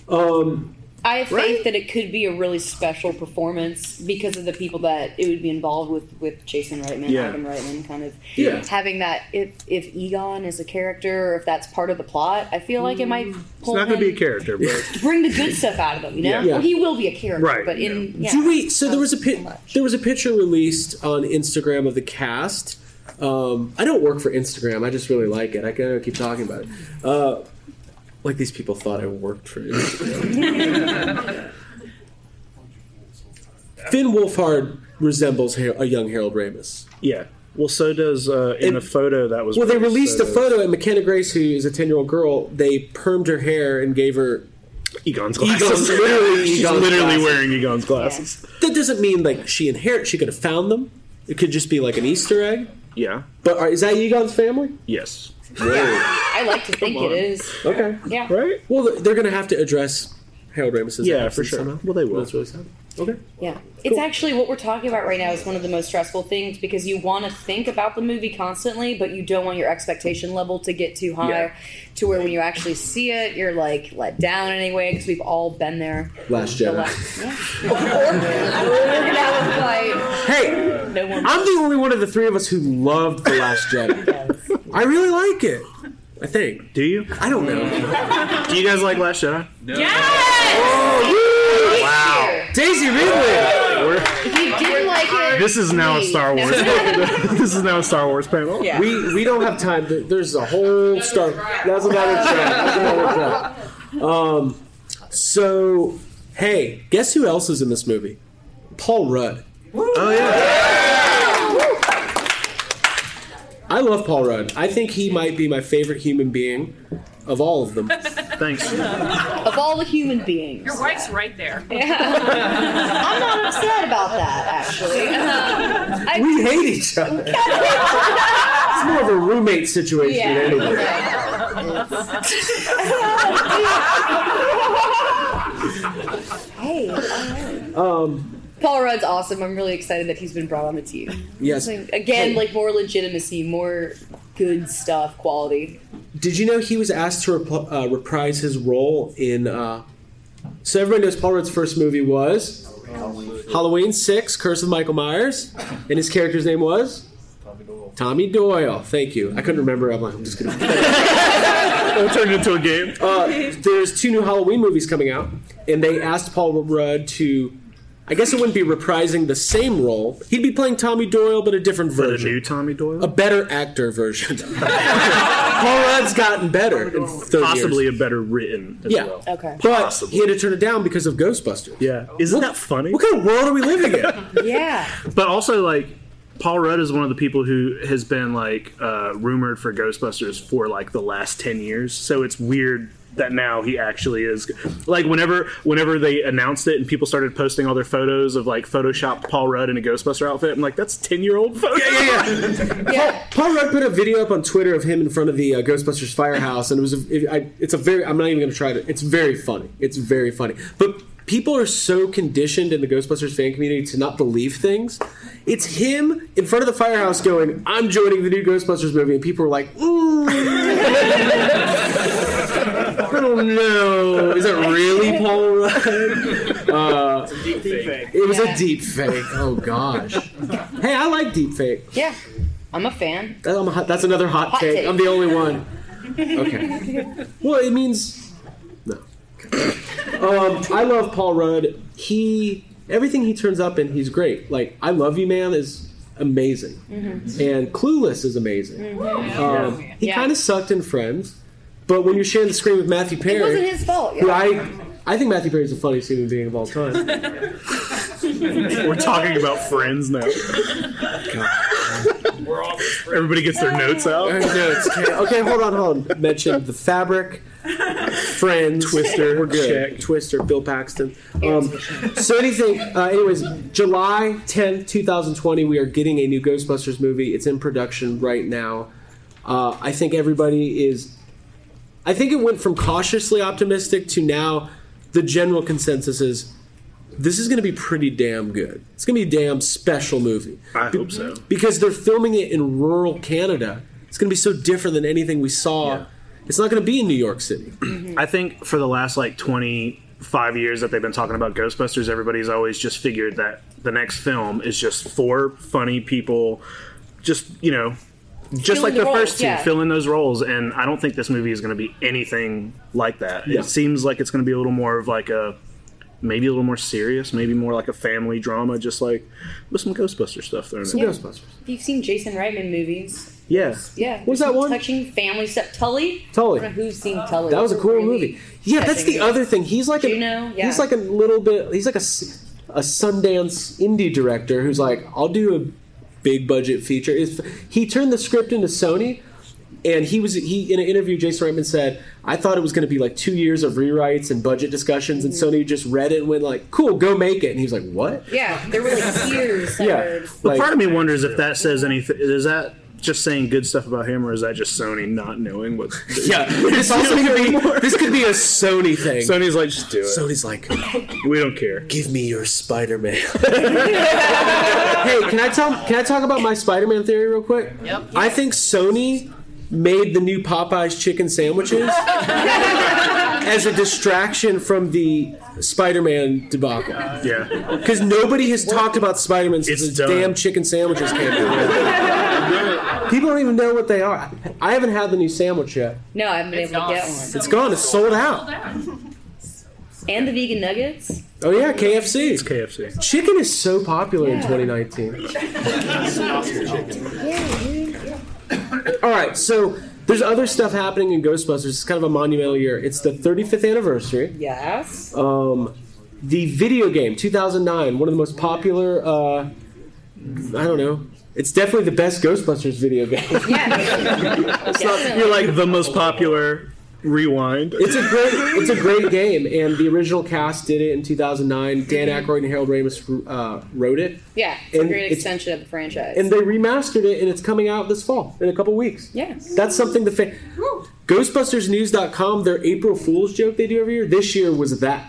D: Um,
E: I have
D: Right?
E: faith that it could be a really special performance because of the people that it would be involved with, with Jason Reitman,
F: Yeah.
E: Ivan Reitman, kind of
D: Yeah.
E: having that. If if Egon is a character, or if that's part of the plot, I feel like it might
F: it's
E: pull
F: not gonna be a
E: him-
F: character but
E: Bring the good stuff out of him, you know.
F: Yeah.
D: Yeah.
E: Well, he will be a character,
F: Right,
E: But in yeah.
D: Do we? So there was a
E: so
D: pi-
E: much.
D: there was a picture released on Instagram of the cast. Um, I don't work for Instagram. I just really like it. I can keep talking about it. Uh, like these people thought I worked for Instagram. Finn Wolfhard resembles Har- a young Harold Ramis.
F: Yeah. Well, so does uh, in
D: And-
F: the photo that was.
D: Well, they released
F: released, so
D: a photo, and McKenna Grace, who is a ten-year-old girl, they permed her hair and gave her
F: does Egon's
D: Egon's
F: glasses.
D: literally
F: She's
D: Egon's
F: literally
D: glasses.
F: wearing Egon's glasses.
D: that doesn't mean like she inherit. She could have found them. It could just be like an Easter egg.
F: Yeah.
D: But are, is that Egon's family?
F: Yes.
E: I like to think it is.
D: Okay.
E: Yeah.
F: Right.
D: Well, th- they're going to have to address Harold Ramis's.
F: Yeah,
D: absence
F: for sure.
D: somehow.
F: Well, they will.
D: That's really sad. Okay.
E: Yeah. It's actually what we're talking about right now is one of the most stressful things because you want to think about the movie constantly, but you don't want your expectation level to get too high
F: Yeah.
E: to where when you actually see it, you're like let down anyway because we've all been there.
D: Last
E: The
D: Jedi.
E: last- yeah. we're going to have a fight.
D: Hey,
E: No one.
D: I'm the only one of the three of us who loved the Last Jedi. I really like it. I think.
F: Do you?
D: I don't know.
F: Do you guys like Last Jedi?
E: Wow.
D: Daisy Ridley.
F: We're-
E: If you didn't like it,
F: this is now a
E: please.
F: Star Wars. this is now a Star Wars panel.
E: Yeah.
D: We we don't have time. There- There's a whole star. That's another track. That's another track. Um. So, hey, guess who else is in this movie? Paul Rudd.
F: Oh yeah.
D: I love Paul Rudd. I think he might be my favorite human being of all of them.
F: Thanks.
E: Of all the human beings.
I: Your wife's right there.
E: I'm not upset about that, actually. I-
D: we hate each other. it's more of a roommate situation
E: Yeah.
D: than anything.
E: hey, alright.
D: Um,
E: Paul Rudd's awesome. I'm really excited that he's been brought on the team.
D: Yes.
E: Like, again, like more legitimacy, more good stuff, quality.
D: Did you know he was asked to rep- uh, reprise his role in? Uh, so everybody knows Paul Rudd's first movie was Halloween Six: Curse of Michael Myers, and his character's name was Tommy Doyle. Thank you. I couldn't remember. I'm like, I'm just gonna. it turned into a game. Uh, there's two new Halloween movies coming out, and they asked Paul Rudd to. I guess it wouldn't be reprising the same role. He'd be playing Tommy Doyle, but a different version. A new
F: Tommy Doyle,
D: a better actor version. Paul Rudd's gotten better. In 30
F: Possibly
D: years.
F: a better written as
D: yeah.
F: well.
E: Okay.
D: But he had to turn it down because of Ghostbusters.
F: Yeah. Isn't that funny? What
D: kind of world are we living in?
E: Yeah.
F: But also, like, Paul Rudd is one of the people who has been like uh, rumored for Ghostbusters for like the last ten years. So it's weird that now he actually is. Like, whenever whenever they announced it and people started posting all their photos of like photoshopped Paul Rudd in a Ghostbuster outfit, I'm like, that's ten year old photo.
D: Yeah, Paul, Paul Rudd put a video up on Twitter of him in front of the uh, Ghostbusters firehouse, and it was a, it, I, it's a very. I'm not even going to try to. It's very funny. It's very funny. But people are so conditioned in the Ghostbusters fan community to not believe things. It's him in front of the firehouse going, "I'm joining the new Ghostbusters movie," and people are like, "Ooh." I don't know. Oh, Is that really Paul Rudd? Uh,
G: Deep fake.
D: it was
E: Yeah.
D: a deep fake. Oh gosh. Hey, I like deep fake.
E: Yeah. I'm a fan.
D: That- I'm a hot- that's another hot,
E: Hot
D: take.
E: take.
D: I'm the only one. Okay. Well, it means no. Um, I love Paul Rudd. He everything he turns up in, he's great. Like I love you, man, is amazing, and Clueless is amazing. Um, he
E: Mm-hmm. Yeah.
D: kind of sucked in Friends, but when you're sharing the screen with Matthew Perry,
E: It wasn't his fault.
D: who
E: yeah.
D: I I think Matthew Perry's the funniest human being of all time.
F: We're talking about friends now. Everybody gets their notes out.
D: Our notes. Okay, okay, hold on, hold on. Mention the fabric, Friends, Twister, we're good. Twister, Bill Paxton. Um, so anything, uh, anyways, July tenth, two thousand twenty, we are getting a new Ghostbusters movie. It's in production right now. Uh, I think everybody is. I think it went from cautiously optimistic to now the general consensus is this is going to be pretty damn good. It's going to be a damn special movie.
F: I hope so.
D: Because they're filming it in rural Canada. It's going to be so different than anything we saw. It's not going to be in New York City.
F: I think for the last like 25 years that they've been talking about Ghostbusters, everybody's always just figured that the next film is just four funny people, just, you know, just
G: Filling
F: like
G: the
F: the,
G: roles,
F: first two,
G: yeah.
F: fill in those roles. And I don't think this movie is going to be anything like that. It seems like it's going to be a little more of like a. Maybe a little more serious, maybe more like a family drama, just like with some Ghostbuster stuff. There,
E: Some Yeah. Ghostbusters. If you've seen Jason Reitman movies,
F: Yeah.
E: yeah. What's that one? Touching family stuff. Tully.
D: Tully.
E: I don't know who's seen Tully?
D: That was a cool movie. Yeah, that's the
E: touching.
D: other thing. He's like
E: Juno,
D: a
E: yeah.
D: he's like a little bit he's like a s- a Sundance indie director who's like I'll do a big budget feature. If he turned the script into Sony and he was he in an interview Jason Reitman said I thought it was going to be like 2 years of rewrites and budget discussions and Sony just read it and went like cool, go make it. And he was like, "What?"
E: Mm-hmm. Yeah, there were like tears.
D: Yeah.
F: But
D: Like,
F: part of me wonders if that says anything. Is that just saying good stuff about him, or is that just Sony not knowing what?
D: yeah, this also could be this could be a Sony thing.
F: Sony's like, just do it.
D: Sony's like,
F: we don't care.
D: Give me your Spider-Man. hey, can I tell? Can I talk about my Spider-Man theory real quick? Yep. I think Sony made the new Popeyes chicken sandwiches as a distraction from the Spider-Man debacle.
F: Yeah.
D: Because nobody has talked about Spider-Man since the damn chicken sandwiches came out. People don't even know what they are. I haven't had the new sandwich yet.
E: No, I haven't been able to get one.
D: It's gone. It's sold out.
E: And the vegan nuggets.
D: Oh yeah, KFC. It's
F: KFC.
D: Chicken is so popular in 2019. All right, so there's other stuff happening in Ghostbusters. It's kind of a monumental year. It's the 35th anniversary.
E: Yes.
D: Um, the video game 2009, one of the most popular. Uh, I don't know. It's definitely the best Ghostbusters video game.
F: It's not, you're like the most popular Rewind.
D: It's a great, it's a great game, and the original cast did it in 2009. Dan Aykroyd and Harold Ramis uh, wrote it,
E: Yeah, it's a
D: And
E: great
D: it's-
E: extension of the franchise.
D: and they remastered it, and it's coming out this fall in a couple weeks.
E: yes.
D: That's something the fa- GhostbustersNews.com. Their April Fool's joke they do every year. This year was that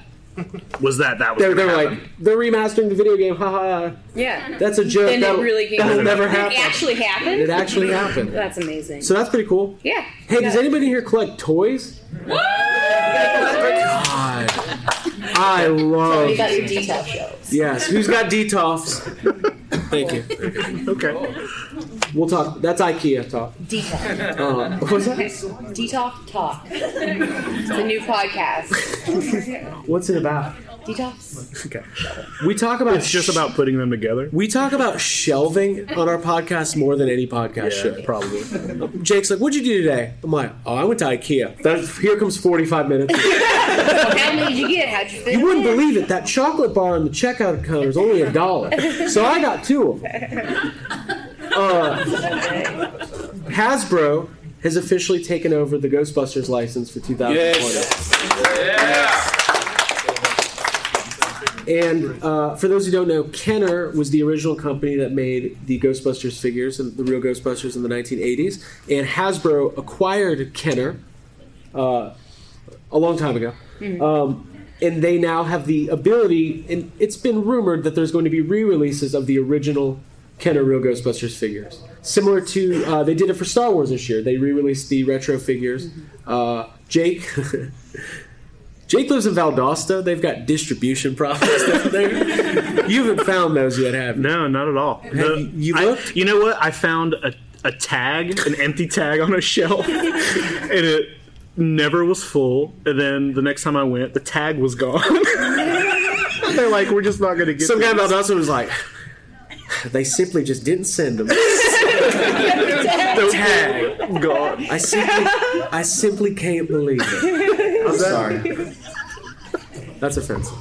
F: Was that that was?
D: they're,
F: gonna
D: they're like
F: happen.
D: they're remastering the video game. Ha ha. ha.
E: yeah.
D: That's a joke.
E: and
D: that'll,
E: it really came
D: that'll never
E: it
D: happen.
E: actually happened?
D: It actually happened.
E: That's amazing.
D: So that's pretty cool.
E: yeah.
D: Hey, does
E: Yeah.
D: anybody here collect toys? God, I love.
E: You got your detail shows.
D: Yes, who's got detofs? Thank you.
F: okay.
D: We'll talk. That's IKEA talk.
E: Detail.
D: Uh, what's that?
E: Detox Talk. It's a new podcast.
D: What's it about?
E: Detox.
F: Okay.
D: We talk about
F: It's just about putting them together.
D: we talk about shelving on our podcast more than any podcast should.
F: probably.
D: Jake's like, "What'd you do today?" I'm like, "Oh, I went to IKEA." That's, here comes 45 minutes.
E: How many did you get? How'd you fit
D: You
E: it
D: wouldn't
E: in?
D: believe it. That chocolate bar in the checkout counter is only a dollar. So I got two of them. Uh, Hasbro has officially taken over the Ghostbusters license for 2020. And uh, for those who don't know, Kenner was the original company that made the Ghostbusters figures and the real Ghostbusters in the 1980s. And Hasbro acquired Kenner uh, a long time ago. Um, and they now have the ability, and it's been rumored that there's going to be re releases of the original Kenner Real Ghostbusters figures. Similar to, uh, they did it for Star Wars this year. They re released the retro figures. Uh, Jake. Jake lives in Valdosta. They've got distribution problems down there. You haven't found those yet, have you?
F: No, not at all. The-
D: you- you
F: I-
D: looked?
F: you know what? I found a, a tag, an empty tag on a shelf, and it never was full. And then the next time I went, the tag was gone. They're like, we're just not going to get
D: Some guy in
F: these."
D: Valdosta was like, they simply just didn't send them.
F: The tag gone.
D: I simply, I simply can't believe it. I'm sorry. That's offensive.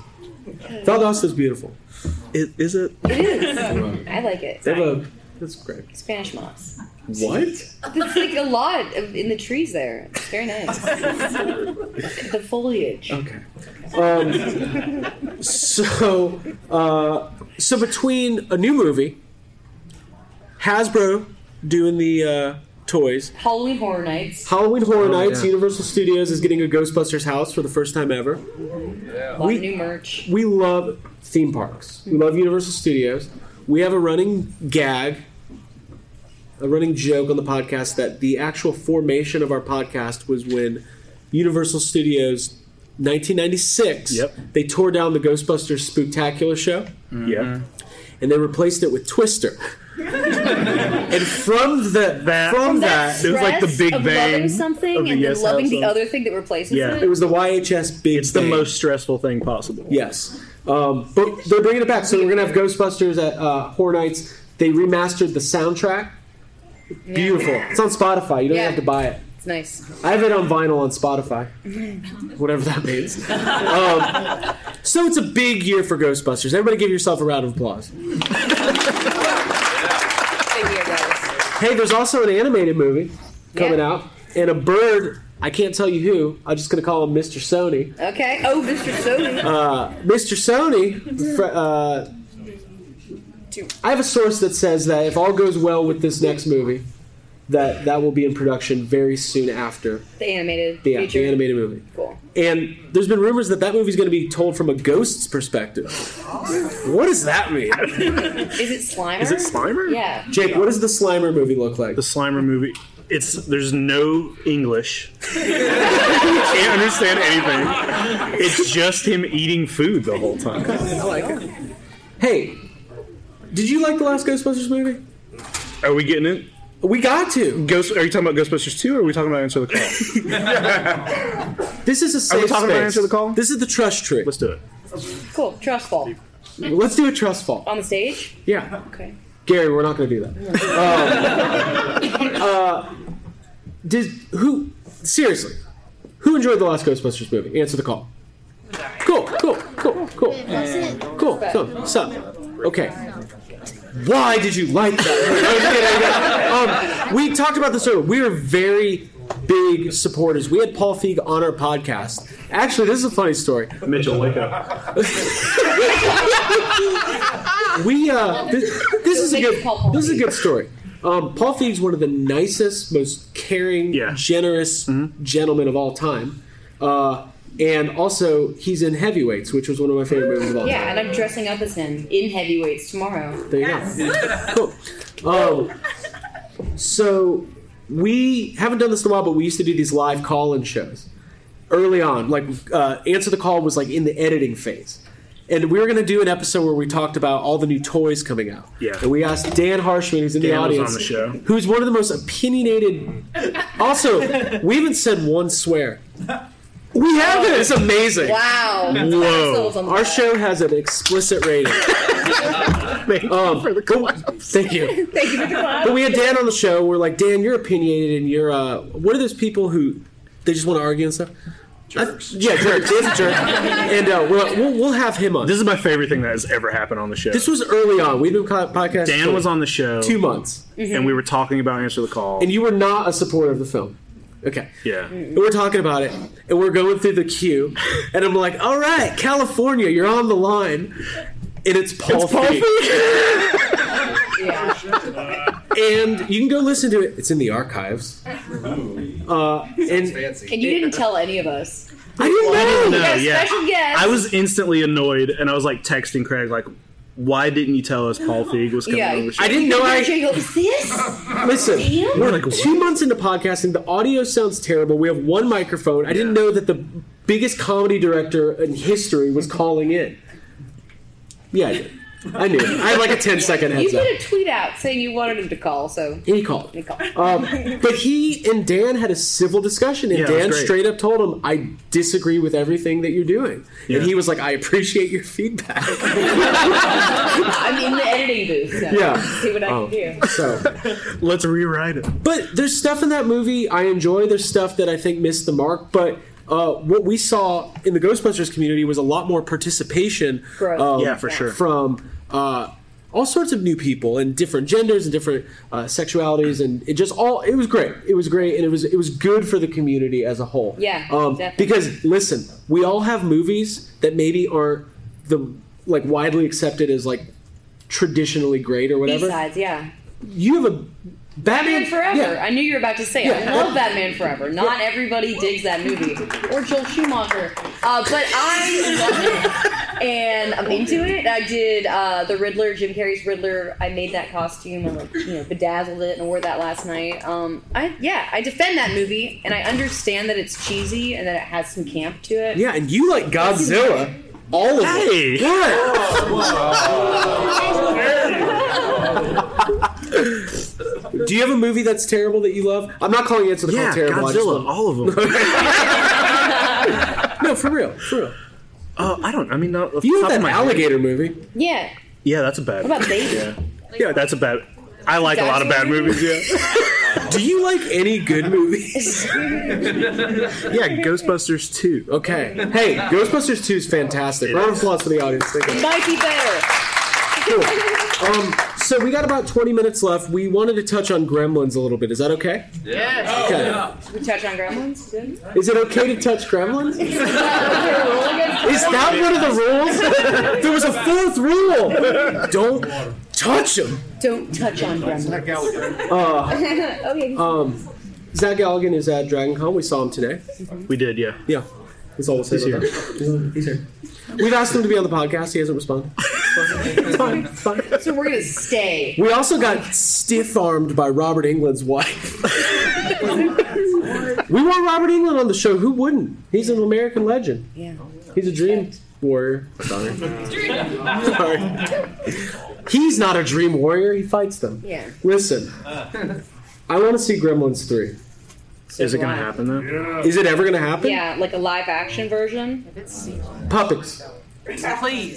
D: Valdosta's beautiful. Is, is it?
E: I like it.
D: They have a- that's great.
E: Spanish moss.
D: What?
E: It's like a lot of, in the trees there. It's very nice. the foliage.
D: Okay. Um, so, uh, so between a new movie, Hasbro doing the uh, toys,
E: Halloween Horror Nights.
D: Halloween Horror Nights,
F: yeah.
D: Universal Studios is getting a Ghostbusters house for the first time ever.
E: A lot
D: We-
E: of new merch.
D: we love theme parks. We love Universal Studios. We have a running gag, a running joke on the podcast that the actual formation of our podcast was when Universal Studios, 1996,
F: Yep.
D: they tore down the Ghostbusters Spooktacular show
F: Yeah.
D: and they replaced it with Twister. and from the
F: That-
D: from
F: that-
D: that,
F: It was like the
E: Stress
F: Big
E: of
F: Bang
E: loving
F: of
E: something and
F: the
E: then
F: Yes
E: loving
F: House
E: the
F: of-
E: other thing that replaces
F: Yeah.
E: it.
D: it was the YHS Big.
F: It's the
D: Bang.
F: most stressful thing possible.
D: Yes. Um, but they're bringing it back. So we're going to have Ghostbusters at uh, Horror Nights. They remastered the soundtrack. Beautiful. It's on Spotify. You don't
E: Yeah.
D: have to buy it.
E: It's nice.
D: I have it on vinyl on Spotify. Whatever that means. Um, so it's a big year for Ghostbusters. Everybody give yourself a round of applause.
E: Big year, guys.
D: Hey, there's also an animated movie coming
E: Yeah.
D: out. And a bird, I can't tell you who, I'm just going to call him Mr. Sony.
E: Okay. Oh, Mr. Sony.
D: Mr. Sony, fr- uh, I have a source that says that if all goes well with this next movie, that that will be in production very soon after
E: the animated
D: the,
E: feature.
D: the animated movie.
E: Cool.
D: And there's been rumors that that movie's going to be told from a ghost's perspective. What does that mean,
E: Is it Slimer?
F: Is it Slimer?
E: Yeah.
D: Jake? What does the Slimer movie look like?
F: The Slimer movie. It's there's no English. you can't understand anything. It's just him eating food the whole time.
D: I like it. Hey, did you like the last Ghostbusters movie?
F: Are we getting it?
D: We got to.
F: Ghost? Are you talking about Ghostbusters two? or Are we talking about Answer the Call?
D: This is a safe
F: we talking about
D: space.
F: Answer the Call?
D: This is the trust tree.
F: Let's do it.
E: Cool. Trust fall.
D: Let's do a trust fall.
E: On the stage?
D: Yeah.
E: Okay.
D: Gary, we're not going to do that. um, uh, did who seriously? Who enjoyed the last Ghostbusters movie? Answer the call. Cool, cool, cool, cool, cool. So, so, okay. Why did you like that? movie? I'm kidding. um, we talked about this earlier. We are very big supporters. We had Paul Feig on our podcast. Actually, this is a funny story.
F: Mitchell, wake up.
D: we uh, this, this is a good this is a good story. Um, Paul Feig's one of the nicest, most caring, generous gentlemen of all time, uh, and also he's in Heavyweights, which was one of my favorite movies of all
E: Yeah, and I'm dressing up as him in heavyweights tomorrow.
D: time. There you go. cool. Um, so we haven't done this in a while, but we used to do these live call-in shows early on. Like uh, answer the call was like in the editing phase, and we were going to do an episode where we talked about all the new toys coming out.
F: Yeah.
D: And we asked Dan Harshman, who's in the
F: Dan was
D: audience,
F: on the show.
D: who's one of the most opinionated. Also, we haven't said one swear. We haven't. It's amazing.
E: Wow. Ourselves
D: Whoa.
E: on the
D: Oh, Our show has an explicit rating. thank
F: um,
D: you for the Thank you.
E: Thank you for the clap.
D: But we had Dan on the show. We're like, Dan, you're opinionated, and you're uh, what are those people who they just want to argue and stuff? Jerks. yeah, jerks. Dan's a jerk. And uh, we're like, we'll, we'll have him on.
F: This is my favorite thing that has ever happened on the show.
D: This was early on. We've been co- podcasting.
F: Dan
D: for
F: was on the show
D: two months,
E: Mm-hmm.
F: and we were talking about answer the call.
D: and you were not a supporter of the film. Okay.
F: yeah,
E: Mm-hmm.
D: And we're talking about it, and we're going through the queue, and I'm like, "All right, California, you're on the line," and it's Paul.
F: It's Paul
D: Feig.
E: Yeah.
D: and you can go listen to it. It's in the archives. Uh, and
E: And you didn't tell any of us.
D: I didn't
F: I
D: know.
F: didn't know.
E: got a
F: Yeah,
E: special guest.
F: I was instantly annoyed, and I was like texting Craig like, "Why didn't you tell us Paul Feig was coming
E: Yeah.
F: on the show?"
D: I didn't know. I
E: Jake, is this?
D: listen.
E: Damn.
D: We're like two months into podcasting. The audio sounds terrible. We have one microphone. I didn't know that the biggest comedy director in history was calling in. Yeah, I did. I knew. I had like a 10 second
E: You
D: heads up.
E: put a tweet out saying you wanted him to call, so
D: And he called.
E: he called.
F: Uh,
D: Um, but he and Dan had a civil discussion, and
F: Yeah, it was
D: Dan
F: great.
D: straight up told him, "I disagree with everything that you're doing,"
F: Yeah.
D: and he was like, "I appreciate your feedback."
E: I'm in the editing booth. So
D: Yeah.
E: See what I
D: Oh.
E: can do.
D: so,
F: Let's rewrite it.
D: but there's stuff in that movie I enjoy. There's stuff that I think missed the mark, but. Uh, what we saw in the Ghostbusters community was a lot more participation
E: Growth.
D: um,
F: Yeah, for sure.
D: from uh, all sorts of new people and different genders and different uh, sexualities and it just all it was great it was great and it was it was good for the community as a whole
E: Yeah,
D: um,
E: definitely.
D: because listen we all have movies that maybe aren't the like widely accepted as like traditionally great or whatever
E: Besides, yeah.
D: you have a Batman
E: Batman Forever.
D: yeah.
E: I knew you were about to say it.
D: Yeah.
E: I love Batman Forever. Not everybody digs that movie. Or Joel Schumacher. Uh, but I love it. And I'm into it. I did uh, the Riddler, Jim Carrey's Riddler. I made that costume and like, you know, bedazzled it and wore that last night. Um, I yeah, I defend that movie and I understand that it's cheesy and that it has some camp to it.
D: yeah and you like Godzilla all of
F: Hey.
D: it yeah do you have a movie that's terrible that you love I'm not calling Answer the
F: Yeah,
D: Call terrible I just
F: Godzilla,
D: want-
F: all of them.
D: no for real for real
F: Uh, I don't. I mean, not off the
D: You
F: top
D: have that
F: of my head.
D: alligator movie.
E: Yeah.
F: Yeah, that's a bad.
E: What about Baby?
F: Yeah, yeah, that's a bad. I like a lot of bad
E: Godzilla?
F: movies. Yeah,
D: Do you like any good movies?
F: yeah, Ghostbusters two.
D: okay. Hey, Ghostbusters 2 is fantastic. Round of applause for the audience. Thank you.
E: Might be better.
D: Cool. Um, so we got about 20 minutes left. We wanted to touch on Gremlins a little bit. Is that okay?
E: Yes.
D: Okay.
E: We touch on Gremlins? Good.
D: Is it okay to touch Gremlins? Is
E: Is
D: that one of the rules? There was a fourth rule. Don't touch them.
E: Don't touch on Gremlins.
D: Uh,
E: oh yeah.
D: Zach Galligan is at Dragon Con. We saw him today.
F: We did. Yeah.
D: Yeah. That's all we'll say
F: He's
D: about that. He's here. We've asked him to be on the podcast. He hasn't responded. It's fine. It's fine.
E: so we're gonna stay.
D: We also got stiff armed by Robert England's wife. we want Robert England on the show. Who wouldn't? He's an American legend.
E: Yeah.
D: He's a dream warrior. Sorry. Sorry. He's not a dream warrior. He fights them.
E: Yeah.
D: Listen, I want to see Gremlins 3.
F: Is it gonna happen though?
D: Is it ever going to happen?
E: Yeah, like a live action version.
D: Puppets.
E: Yeah,
D: Only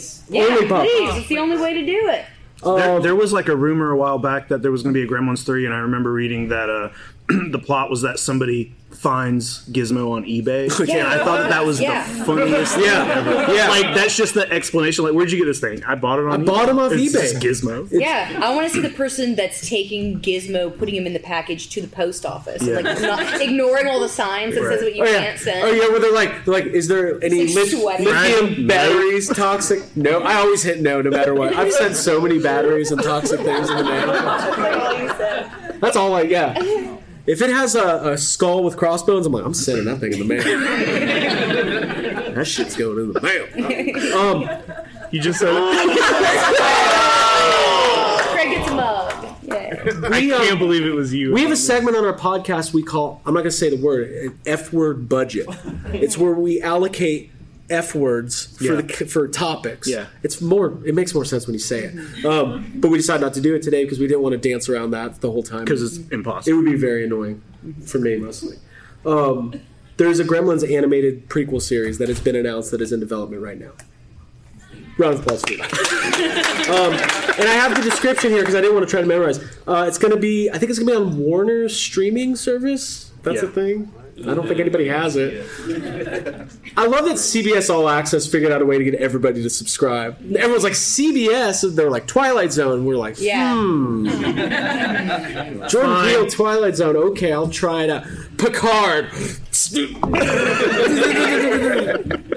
D: Oh. pop.
E: please. It's the only way to do it.
F: There, there was like a rumor a while back that there was going to be a Gremlins three, and I remember reading that uh, the plot was that somebody finds Gizmo on eBay.
D: Yeah.
F: And I thought that, that was
D: Yeah.
F: the funniest thing
D: Yeah.
F: ever.
D: Yeah.
F: Like that's just the explanation. Like, where'd you get this thing? I bought it on.
D: I bought him off
F: It's
D: eBay.
F: just Gizmo.
E: yeah, I want to see the person that's taking Gizmo, putting him in the package to the post office,
D: Yeah.
E: like not, ignoring all the signs that says what you
D: oh, yeah.
E: can't send.
D: Oh yeah, where they're like, they're like, is there any
E: It's
D: lit-
E: sweaty.
D: lithium
F: Right.
D: batteries toxic? No, I always hit no, no matter what. I've sent so many batteries and toxic things in the mail. That's all I yeah. If it has a, a skull with crossbones, I'm like, I'm sending that thing in the mail. that shit's going in the mail. Um,
F: you just said
E: Craig gets a mug. Yeah.
F: I can't believe it was you.
D: We have a segment on our podcast we call, I'm not going to say the word, an F word budget. It's where we allocate F words for,
F: Yeah.
D: the, for topics.
F: Yeah.
D: It's more, it makes more sense when you say it. Um, but we decided not to do it today because we didn't want to dance around that the whole time.
F: because it's impossible.
D: It would be very annoying for me mostly. Um, there's a Gremlins animated prequel series that has been announced that is in development right now. Round of applause for that. um, and I have the description here because I didn't want to try to memorize. Uh, it's going to be, I think it's going to be on Warner's streaming service. That's
F: Yeah.
D: a thing. I don't think anybody has it. I love that CBS All Access figured out a way to get everybody to subscribe. Everyone's like CBS, and they're like Twilight Zone. We're like,
E: Yeah.
D: hmm. Jordan
F: Fine.
D: Peele, Twilight Zone. Okay, I'll try it out. Picard.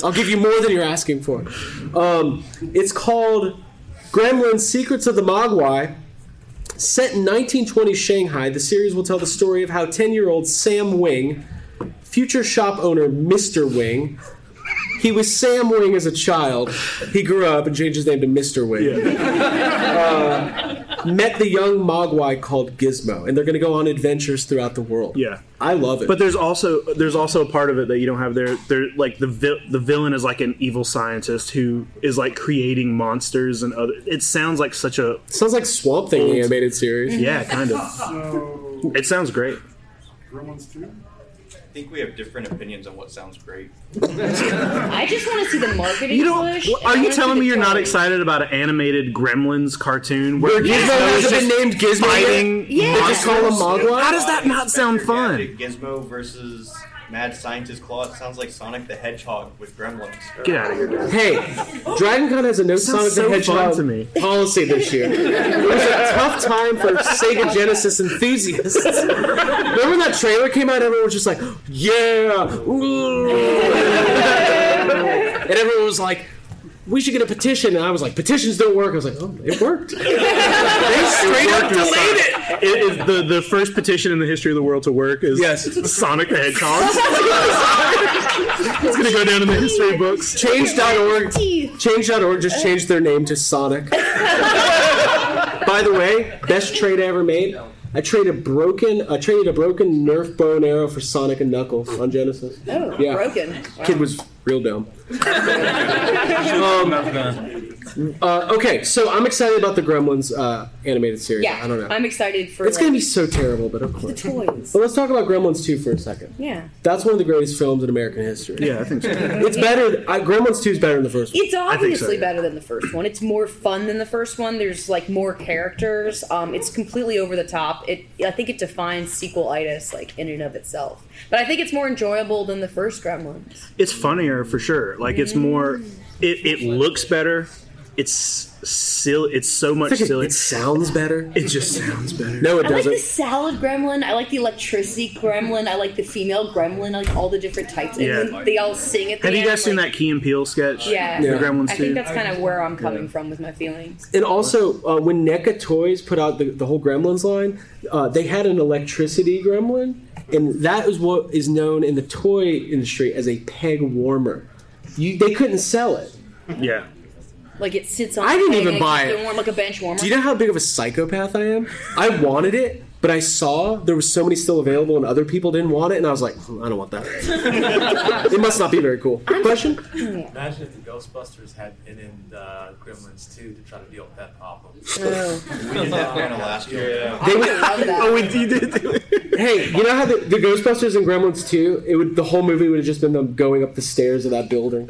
D: I'll give you more than you're asking for. Um, it's called Gremlins: Secrets of the Mogwai. Set in 1920 Shanghai, the series will tell the story of how 10-year-old Sam Wing, future shop owner Mr. Wing, he was Sam Wing as a child. He grew up and changed his name to Mr. Wing Uh, met the young Mogwai called Gizmo, and they're going to go on adventures throughout the world.
F: Yeah.
D: I love it.
F: But there's also there's also a part of it that you don't have there. There like the vil- the villain is like an evil scientist who is like creating monsters and other. It sounds like such a
D: sounds like Swamp Thing the animated series.
F: yeah kind of.
I: So,
F: It sounds great.
I: Gremlins 2?
G: I think we have different opinions on what sounds great.
E: I just want to see the marketing
F: You don't.
E: push. and I
F: Are
E: wanna
F: you
E: see
F: telling
E: the
F: me you're not
E: quality.
F: excited about an animated Gremlins cartoon where
D: Gizmo
F: is
D: hasn't
F: just
D: been named Gizmo yet?
F: fighting?
E: Yeah.
D: They just call him Mogwai.
F: How does that not sound
G: Yeah,
F: fun?
G: Gizmo versus Mad Scientist Claw. It sounds like Sonic the Hedgehog with Gremlins.
F: Get out of here. dude.
D: Hey, Dragon Con has a no Sonic
F: Sounds
D: the
F: so fun
D: Hedgehog
F: to me.
D: policy this year. It was a tough time for Sega Genesis enthusiasts. Remember when that trailer came out? Everyone was just like, "Yeah!" ooh." and everyone was like, "We should get a petition." And I was like, "Petitions don't work." I was like, "Oh, it worked." they straight up delayed it.
F: It is the, the first petition in the history of the world to work is
D: Yes.
F: Sonic the Hedgehog. it's gonna go down in the history books.
D: Change.org.
E: Teeth.
D: Change.org just changed their name to Sonic. By the way, best trade I ever made. I traded a broken. I traded a broken Nerf bow and arrow for Sonic and Knuckles on Genesis.
E: Oh,
D: Yeah.
E: broken.
D: Kid was real dumb. Um, uh, okay, so I'm excited about the Gremlins uh, animated series.
E: Yeah.
D: I don't know.
E: I'm excited for.
D: it's
E: like,
D: gonna be so terrible, but of course.
E: toys.
D: But let's talk about Gremlins 2 for a second.
E: Yeah.
D: That's one of the greatest films in American history.
F: Yeah, I think so.
D: It's better. I, Gremlins 2 is better than the first one.
E: It's obviously
F: yeah.
E: better than the first one. It's more fun than the first one. There's like more characters. Um, it's completely over the top. It I think it defines sequelitis like in and of itself. But I think it's more enjoyable than the first Gremlins.
F: It's funnier for sure. Like it's more. It, it looks better. It's silly. It's so much
D: It,
F: silly.
D: it sounds better.
F: It just sounds better.
D: No, it
E: I like
D: doesn't.
E: the salad gremlin. I like the electricity gremlin. I like the female gremlin. I like all the different types. And
F: Yeah.
E: then they all sing at the
F: Have you
E: end,
F: guys seen
E: like-
F: that Key and Peele sketch?
E: Yeah.
F: The
D: Yeah.
F: Gremlins
E: I
F: two?
E: think that's kind of where I'm coming from with my feelings.
D: and also, uh, when NECA Toys put out the, the whole Gremlins line, uh, they had an electricity gremlin, and that is what is known in the toy industry as a peg warmer. You, they couldn't sell it.
F: yeah.
E: Like it sits on.
D: I didn't
E: the
D: even
E: thing,
D: buy
E: keeps
D: it.
E: warm, like a bench warmer.
D: Do you know how big of a psychopath I am? I wanted it, but I saw there was so many still available, and other people didn't want it, and I was like, "Hmm, I don't want that. it must not be very cool. Question?
J: Imagine if the Ghostbusters had been in the Gremlins 2 to try to deal with that problem.
G: We did that panel last year.
D: They would-
E: I love that.
F: Oh, it, you did. do it.
D: Hey, you know how the, the Ghostbusters and Gremlins 2, it would the whole movie would have just been them going up the stairs of that building.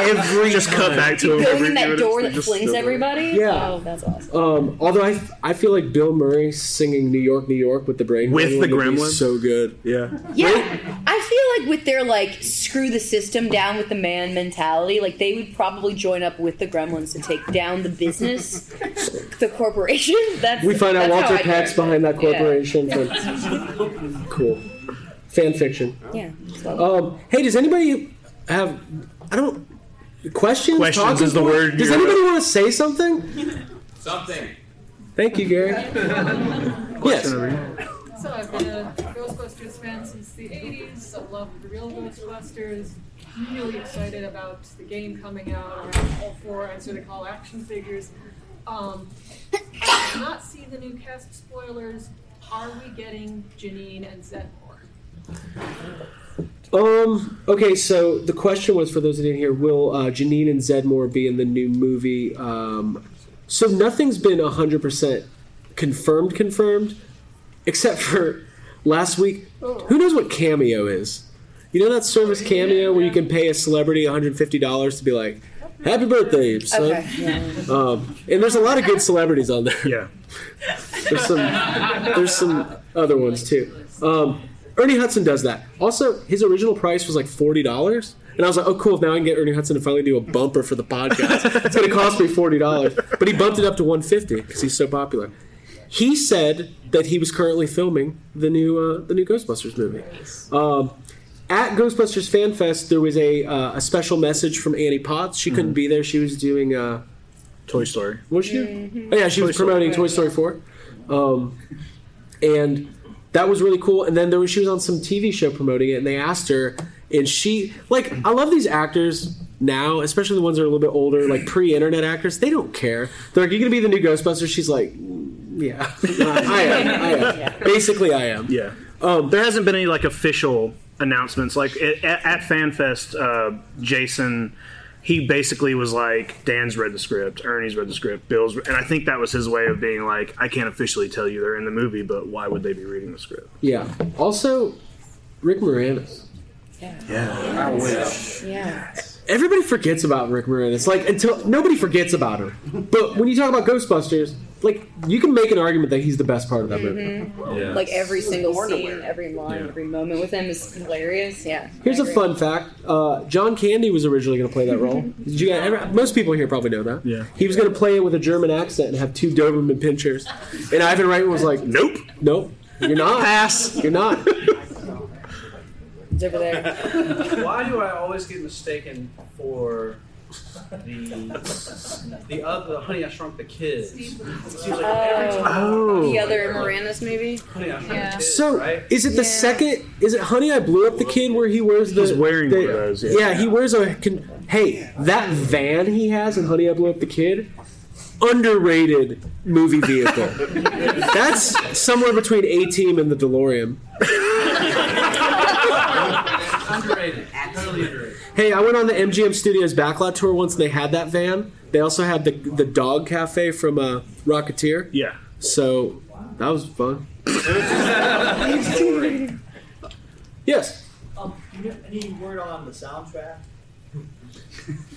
D: every
F: Just cut
D: time.
F: back to him
E: Going in
F: every
E: that
F: few
E: door that
F: minutes, they just
E: flings
F: still-
E: everybody.
D: Yeah.
E: Oh, that's awesome.
D: Um, although I, I feel like Bill Murray singing New York, New York with the brain
F: With the
D: would be
F: gremlin?
D: so good. Yeah,
E: Yeah, I feel like with their like screw the system down with the man mentality, like they would probably join up with the Gremlins to take down the business, the corporation. That's
D: we find out
E: that's how
D: Walter
E: I do it.
D: Pack's behind that
E: Yeah.
D: corporation. For, cool, fan fiction.
E: Yeah.
D: Um, hey, does anybody have? I don't. Questions.
F: Questions
D: talking
F: is the
D: points?
F: word
D: Does
F: you're-
D: anybody want to say something?
J: Something.
D: Thank you, Gary. yes.
K: So I've been a Ghostbusters fan since the 80s. I love the real Ghostbusters. Really excited about the game coming out. I have all four Answer the Call action figures. Um, I did not see the new cast spoilers. Are we getting Janine and Zedmore?
D: Um. Okay. So the question was for those that didn't hear: Will uh, Janine and Zedmore be in the new movie? Um, so nothing's been hundred percent confirmed, confirmed, except for last week. Who knows what Cameo is? You know that service Cameo where you can pay a celebrity one hundred fifty dollars to be like, "Happy birthday, son."
E: Okay.
D: Um, and there's a lot of good celebrities on there. Yeah. There's some. There's some other ones too. Um, Ernie Hudson does that. Also, his original price was like forty dollars, and I was like, "Oh, cool! Now I can get Ernie Hudson to finally do a bumper for the podcast. It's going to cost me forty dollars." But he bumped it up to one fifty because he's so popular. He said that he was currently filming the new uh, the new Ghostbusters movie. Um, at Ghostbusters Fan Fest, there was a uh, a special message from Annie Potts. She couldn't be there. She was doing uh, Toy Story. Was she? Oh, yeah, she was promoting Toy Story Four, um, and that was really cool. And then there was she was on some TV show promoting it, and they asked her, and she like I love these actors now, especially the ones that are a little bit older, like pre-internet actors. They don't care. They're like, "You're gonna be the new Ghostbusters." She's like, "Mm, "Yeah, I am. I am. Basically, I am.
F: Yeah. Um, there hasn't been any like official announcements. Like at, at at FanFest, uh, Jason, he basically was like, Dan's read the script, Ernie's read the script, Bill's, re-" and I think that was his way of being like, I can't officially tell you they're in the movie, but why would they be reading the script?
D: Yeah. Also, Rick Moranis.
F: Yeah.
D: I will.
E: Yeah.
D: Everybody forgets about Rick Moranis. Like until nobody forgets about him. But when you talk about Ghostbusters, like you can make an argument that he's the best part of that movie.
E: Mhm. Like every
K: He was
E: single
K: born to
E: scene, every line, every moment with him is hilarious. Yeah.
D: Here's a fun fact: uh, John Candy was originally going to play that role. Did you guys, every- most people here probably know that. Yeah. He was going to play it with a German accent and have two Doberman pinchers. And Ivan Reitman was like, "Nope, nope, you're not. Pass. You're not."
E: It's over there.
L: Why do I always get mistaken for the the other Honey I Shrunk the Kids? It seems like every time-
E: Oh. The other Moranis movie.
L: Yeah.
D: So is it the second? Is it Honey I Blew Up the Kid where he wears the? He's wearing
F: one of those, yeah.
D: he wears a. Can, hey, that van he has in Honey I Blew Up the Kid, underrated movie vehicle. That's somewhere between A Team and the DeLorean.
L: underrated, totally underrated.
D: Hey, I went on the MGM Studios backlot tour once, and they had that van. They also had the the dog cafe from uh, Rocketeer. Yeah. So that was fun. Yes.
G: Um, do you have any word on the soundtrack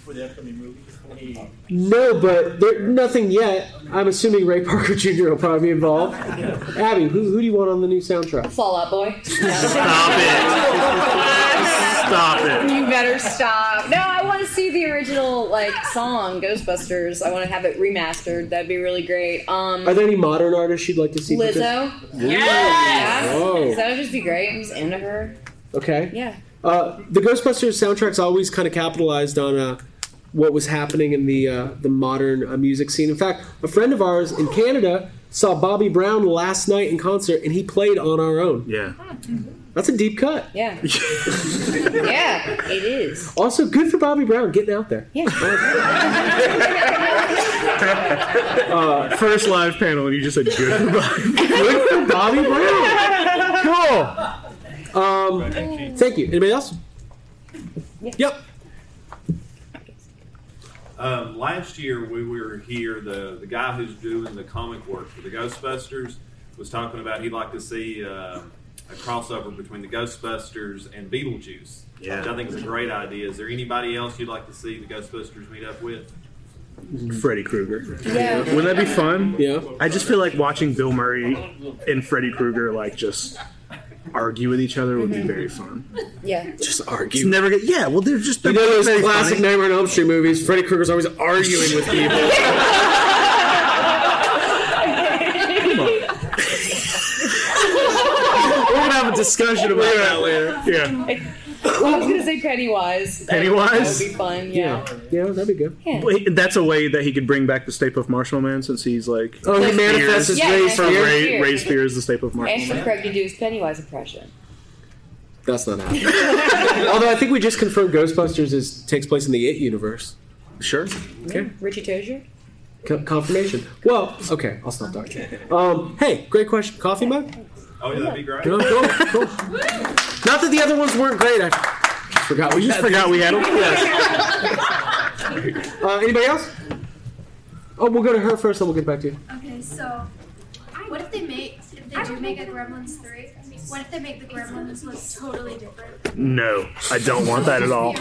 G: for the upcoming movie? Any-
D: No, but there, nothing yet. I'm assuming Ray Parker Jr. will probably be involved. Abby, who, who do you want on the new soundtrack?
E: Fall Out Boy.
F: Stop it.
E: You better stop. No, I want to see the original like song Ghostbusters. I want to have it remastered. That'd be really great. Um,
D: Are there any modern artists you'd like to see?
E: Lizzo?
D: Ooh.
E: Yes.
D: Whoa.
E: That would just be great. I'm just into her.
D: Okay.
E: Yeah.
D: Uh, the Ghostbusters soundtrack's always kind of capitalized on uh, what was happening in the uh, the modern uh, music scene. In fact, a friend of ours in Canada saw Bobby Brown last night in concert, and he played on our own.
F: Yeah,
D: that's a deep cut.
E: Yeah. yeah. It is.
D: Also, good for Bobby Brown getting out there.
E: Yeah.
F: Uh, first live panel, and you just said good for Bobby.
D: good for Bobby Brown. Cool. Um, thank you. Anybody else? Yep.
M: Um, last year, we were here. The the guy who's doing the comic work for the Ghostbusters was talking about he'd like to see uh, a crossover between the Ghostbusters and Beetlejuice,
F: Yeah.
M: which I think is a great idea. Is there anybody else you'd like to see the Ghostbusters meet up with?
F: Freddy Krueger.
M: Yeah.
F: Wouldn't that be fun?
D: Yeah.
F: I just feel like watching Bill Murray and Freddy Krueger like just argue with each other would
N: Mm-hmm.
F: be very fun.
E: Yeah.
D: Just argue.
F: It's never good. Yeah, well, they're just
D: You
F: they're
D: know those
F: very
D: classic
F: funny.
D: Nightmare on Elm Street movies? Freddy Krueger's always arguing with people. We're gonna have a discussion about that later.
F: Yeah.
E: I was gonna say Pennywise.
F: Pennywise?
E: That would be fun. Yeah.
D: Yeah, that'd be good.
E: Yeah.
F: But he- That's a way that he could bring back the Stay Puft Marshmallow Man since he's like.
D: Oh, he manifests
E: his Yeah, Ray
F: from
E: Spears.
F: Ray, Ray Spears, the Stay Puft
E: Ask for
F: Marshmallow Man.
E: Craig to do his Pennywise impression.
D: That's not happening. Although I think we just confirmed Ghostbusters is takes place in the It universe. Sure. Okay.
E: Richie Tozier.
D: Co- confirmation. Well, okay, I'll stop talking. Um, hey, great question. Coffee mug?
M: Oh, yeah, that'd be great.
D: No, cool, cool. Not that the other ones weren't great. I forgot.
F: We just forgot we had 'em.
D: Uh, anybody else? Oh, we'll go to her first, and we'll get back to you.
N: Okay, so what if they make if they do make a Gremlins three? What if they make the Gremlins look totally different?
F: No, I don't want that at all.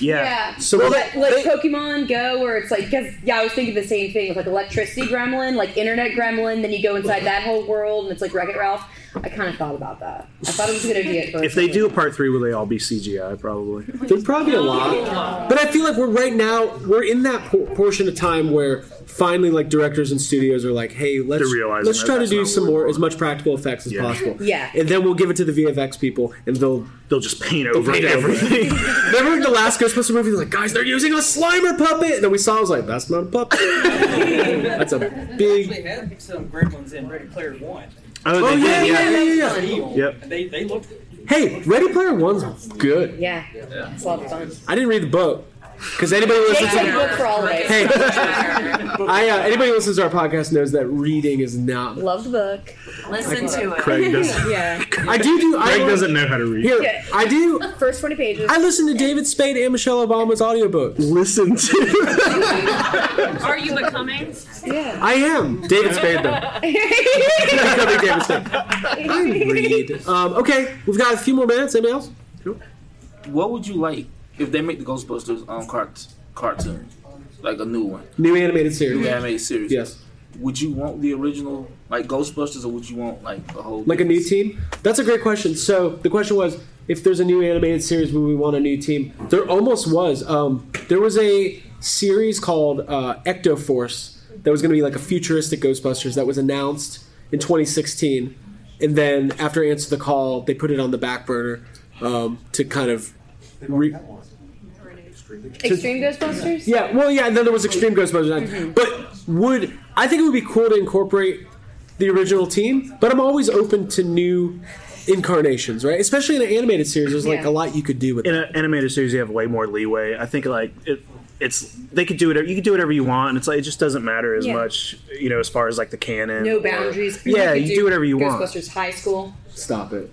F: Yeah.
E: So
F: So
E: like, like Pokemon Go, where it's like, because yeah, I was thinking the same thing with like electricity gremlin, like internet gremlin. Then you go inside that whole world, and it's like Wreck It Ralph. I kind of thought about that. I thought it was a good idea at first.
F: If they do a part three, will they all be CGI? Probably.
D: There's probably a lot, but I feel like we're right now we're in that por- portion of time where finally, like directors and studios are like, "Hey, let's
F: They're realizing
D: let's
F: that
D: try to
F: that's
D: do
F: not
D: some more as much practical effects as
F: Yeah.
D: possible."
E: Yeah.
D: and then we'll give it to the VFX people, and they'll
F: they'll just paint over everything.
D: Remember like, the last Ghostbuster movie? They're like, guys, they're using a Slimer puppet, and then we saw, I was like, that's not a puppet. that's a big.
L: They had some gremlins in Ready Player One.
D: Oh, they yeah, did, yeah, yeah. yeah, yeah, yeah.
F: Yep.
L: They they looked
D: Hey, Ready Player One's good.
E: yeah, it's a lot of fun.
D: I didn't read the book. Because anybody who listens
E: Jake's like book
D: to
E: for all day.
D: Hey. I, uh, anybody who listens to our podcast knows that reading is not.
E: Love the book. Listen to
D: it. Craig doesn't-
E: yeah.
D: I do do. I
F: Greg doesn't know how to read.
D: Here, I do.
E: First twenty pages.
D: I listen to David Spade and Michelle Obama's audiobooks.
F: Listen to.
O: Are you becoming?
E: Yeah.
D: I am David Spade though. Becoming David Spade. I read. Um, okay, we've got a few more minutes. Anybody else?
P: What would you like if they make the Ghostbusters um cart- cartoon, like a new one,
D: New animated series.
P: new animated series?
D: Yes.
P: Would you want the original like Ghostbusters, or would you want like a whole
D: Like a new team? That's a great question. So the question was, if there's a new animated series, would we want a new team? There almost was. Um, there was a series called uh, Ecto Force that was going to be like a futuristic Ghostbusters that was announced in 2016, and then after Answer the Call, they put it on the back burner um, to kind of. Re-
E: Extreme Ghostbusters.
D: Yeah, well, yeah, and then there was Extreme Ghostbusters. But would I think it would be cool to incorporate the original team? But I'm always open to new incarnations, right? Especially in an animated series, there's like
F: Yeah.
D: a lot you could do with
F: in
D: it.
F: an animated series you have way more leeway i think like it, it's they could do whatever you could do whatever you want and it's like it just doesn't matter as
E: Yeah.
F: much you know as far as like the canon
E: No
F: or-
E: boundaries.
F: yeah you, do whatever you want
E: Ghostbusters High School.
D: Stop it.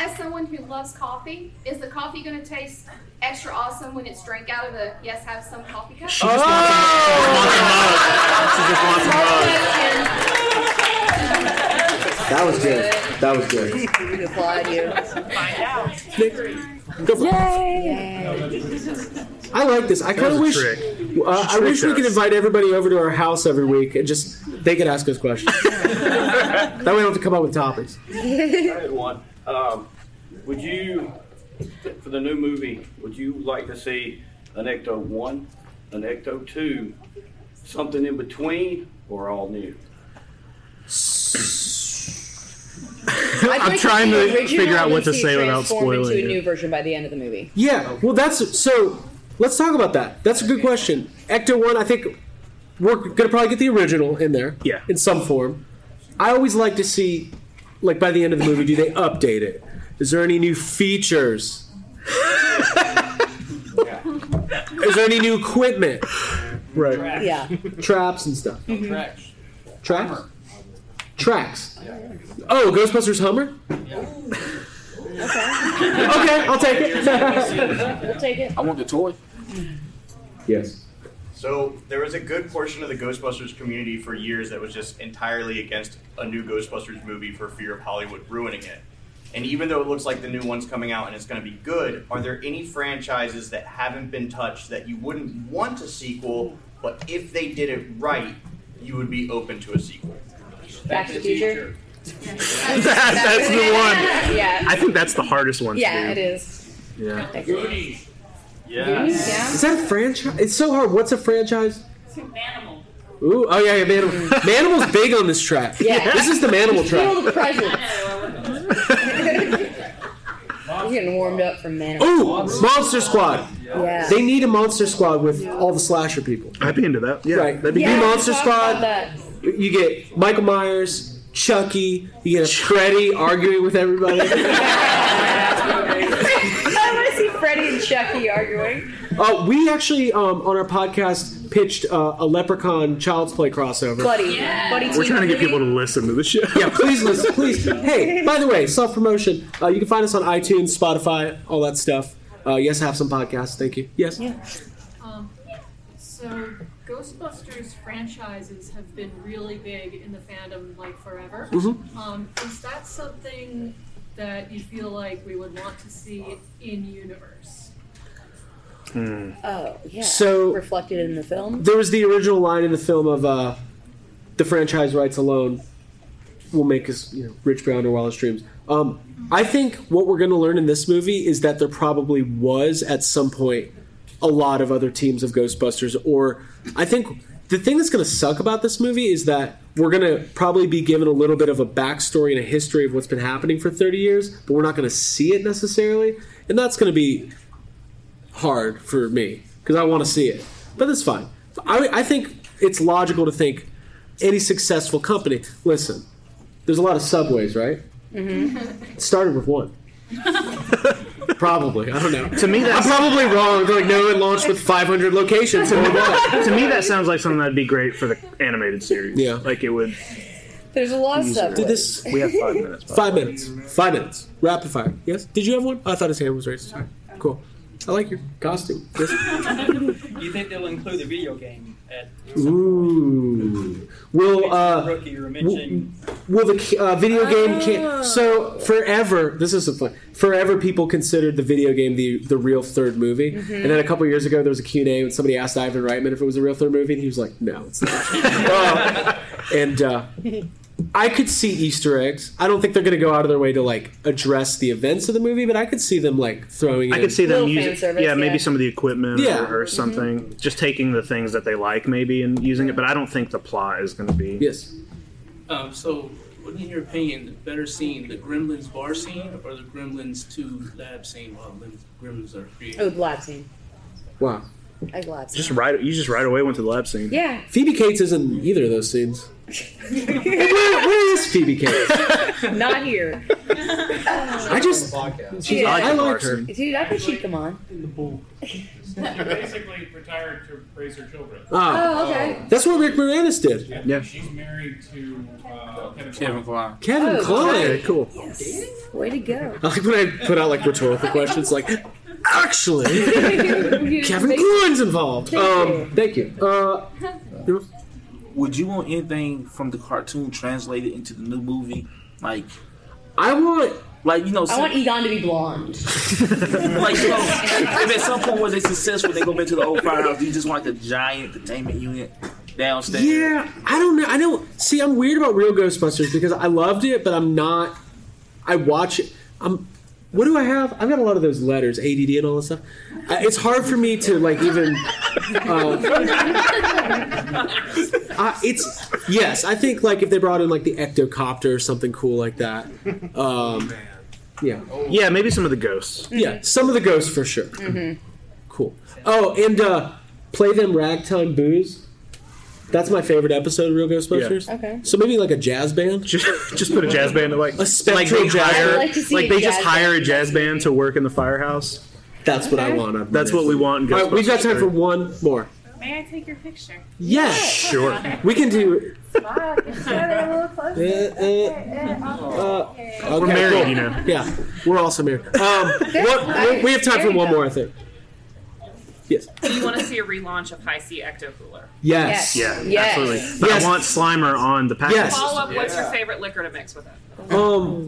N: As someone who loves coffee, is the coffee going to taste extra awesome when it's drank out of the yes have some coffee cup?
F: She just wants
D: That was good. That was good.
E: We applaud you.
D: I like this. I kind of wish. Uh, I wish we could invite everybody over to our house every week and just they could ask us questions. that way, we don't have to come up with topics.
Q: I had one. Um, would you, for the new movie, would you like to see an Ecto 1, an Ecto 2, something in between, or all new?
E: I'd
F: I'm
E: like see
F: trying to
E: the original
F: figure out what to
E: and see it
F: say without
E: transform
F: spoiling
E: Into a
F: it.
E: new version by the end of the movie.
D: Yeah, well, that's so. Let's talk about that. That's a good question. Ecto One, I think we're gonna probably get the original in there, yeah, in some form. I always like to see, like by the end of the movie, do they update it? Is there any new features? Is there any new equipment? Right.
E: Yeah.
D: Traps and stuff. Tracks. Tracks. Oh, Ghostbusters Hummer. okay, I'll take it.
E: we'll take it.
P: I want the toy.
D: Yes.
R: So there was a good portion of the Ghostbusters community for years that was just entirely against a new Ghostbusters movie for fear of Hollywood ruining it. And even though it looks like the new one's coming out and it's going to be good, are there any franchises that haven't been touched that you wouldn't want a sequel, but if they did it right, you would be open to a sequel?
E: Back to the Future.
F: that's, that's the one.
E: Yeah.
F: I think that's the hardest one.
E: Yeah,
F: to
E: it
F: do.
E: is.
F: Yeah.
E: Goonies.
F: Yes.
D: Is that a franchise? It's so hard. What's a franchise?
O: Manimal.
D: Ooh, oh yeah, yeah Manimal. Manimal's big on this track.
E: Yeah.
D: This is the Manimal
E: Feel the
D: track.
E: presence. We're getting warmed up from Manimal.
D: Ooh, Monster Squad.
E: Yeah.
D: They need a Monster Squad with all the slasher people.
F: I'd be into that. Yeah,
D: right.
F: that'd be
D: You
F: good.
D: Monster
E: talk about
D: Squad.
E: that.
D: You get Michael Myers, Chucky. You get a Freddy arguing with everybody.
E: I want to see Freddy and Chucky arguing.
D: Uh, we actually um, on our podcast pitched uh, a Leprechaun Child's Play crossover.
E: Buddy. Buddy team
F: We're trying to get
E: movie.
F: people to listen to the show.
D: Yeah, please listen, please. Hey, by the way, self promotion. Uh, you can find us on iTunes, Spotify, all that stuff. Uh, yes, have some podcasts. Thank you. Yes.
K: Um, so Ghostbusters franchises have been really big in the fandom like forever.
D: Mhm.
K: Um, is that something that you feel like we would want to see in universe?
E: Oh, yeah.
D: So-
E: reflected in the film.
D: There was the original line in the film of uh, the franchise rights alone will make us you know, rich beyond our wildest dreams. Um, I think what we're going to learn in this movie is that there probably was at some point a lot of other teams of Ghostbusters. Or I think the thing that's going to suck about this movie is that we're going to probably be given a little bit of a backstory and a history of what's been happening for 30 years, but we're not going to see it necessarily. And that's going to be hard for me because I want to see it. But that's fine. I, I think it's logical to think any successful company. Listen, there's a lot of subways, right? It started with one. probably. I don't know.
F: To me, that's-
D: I'm probably wrong. They're like, no, it launched with 500 locations. And we're not.
F: to me, that sounds like something that'd be great for the animated series. Yeah, like it would.
E: There's a lot of
F: Easier.
E: stuff.
F: Do
E: with
D: this-
E: it.
F: We have five minutes.
D: Five minutes. Five minutes. Rapid fire. Yes? Did you have one? Oh, I thought his hand was raised. Sorry. Cool. I like your costume. Yes.
L: Do you think they'll include the video game at
D: Ooh. Will uh,
L: Rookie or mentioning
D: Well, the uh, video game can So forever, this is so fun. Forever, people considered the video game the the real third movie.
S: Mhm.
D: And then a couple years ago, there was a Q and A when somebody asked Ivan Reitman if it was a real third movie, and he was like, "No, it's not." Uh, and uh, I could see Easter eggs. I don't think they're going to go out of their way to like address the events of the movie, but I could see them like throwing.
F: I
D: in-
F: could see them using, yeah, maybe some of the equipment
D: Yeah.
F: or, or
E: Mm-hmm.
F: something. Just taking the things that they like, maybe, and using it. But I don't think the plot is going to be.
D: Yes.
P: Um, so, what in your opinion, the better scene, the Gremlins bar scene or the Gremlins 2 lab scene while Lim- Gremlins are created?
E: Oh, the lab scene.
D: Wow.
E: I lab scene.
F: Just right, you just right away went to the lab scene.
E: Yeah.
D: Phoebe Cates isn't in either of those scenes. Where- where is Phoebe Cates?
E: Not here.
D: I just. she's-
E: Yeah.
D: I liked her.
E: Dude, I think she'd come on.
T: She basically retired to raise her children.
D: Oh. That's what Rick Moranis did.
F: Yeah.
T: She's married to uh, Kevin.
P: Kevin Klein.
D: Kevin
T: Oh,
D: Klein.
T: okay.
D: Cool.
E: Way to go.
D: I like when I put out like rhetorical questions, like actually, Kevin Klein's involved.
P: Thank
D: um, thank you. Uh,
P: Would you want anything from the cartoon translated into the new movie? Like,
D: I want,
P: like you know,
E: I
P: some-
E: want Egon to be blonde.
P: like you know, if at some point where they successful, they go back to the old firehouse. Do you just want like a giant entertainment unit downstairs?
D: yeah, I don't know. I don't see. I'm weird about Real Ghostbusters because I loved it, but I'm not. I watch it. I'm. What do I have? I've got a lot of those letters, ADD, and all this stuff. I, it's hard for me to like even. Uh, I, it's yes. I think like if they brought in like the ectocopter or something cool like that. Um, yeah.
F: Yeah, maybe some of the ghosts.
D: Yeah, some of the ghosts for sure.
E: Mm-hmm.
D: Cool. Oh, and uh, play them ragtime booze. That's my favorite episode of Real Ghostbusters.
E: Yeah. Okay.
D: So maybe like a jazz band.
F: Just, just put a jazz band in like
D: a
F: like they
D: spectral jazz.
F: hire,
E: I'd like to see
F: like
E: a
F: they
E: jazz
F: just hire a jazz band to work in the firehouse.
D: That's what I want. I'm
F: That's what we want. In
D: All right, we've got
F: Ghostbusters
D: time
F: three.
D: for one more.
O: May I take your picture?
D: Yes,
F: sure.
D: We can do. Uh, uh, uh,
O: We're
D: okay,
F: married,
D: cool.
F: you know.
D: Yeah, we're also married. Um, what, we- we have time for one more, I think. Yes.
A: Do you want to see a relaunch of High Sea Ecto Cooler?
D: Yes.
F: Yeah,
A: Yes.
F: absolutely. But
D: Yes.
F: I want Slimer on the package.
A: Follow up. What's your favorite liquor to mix with it?
D: Um,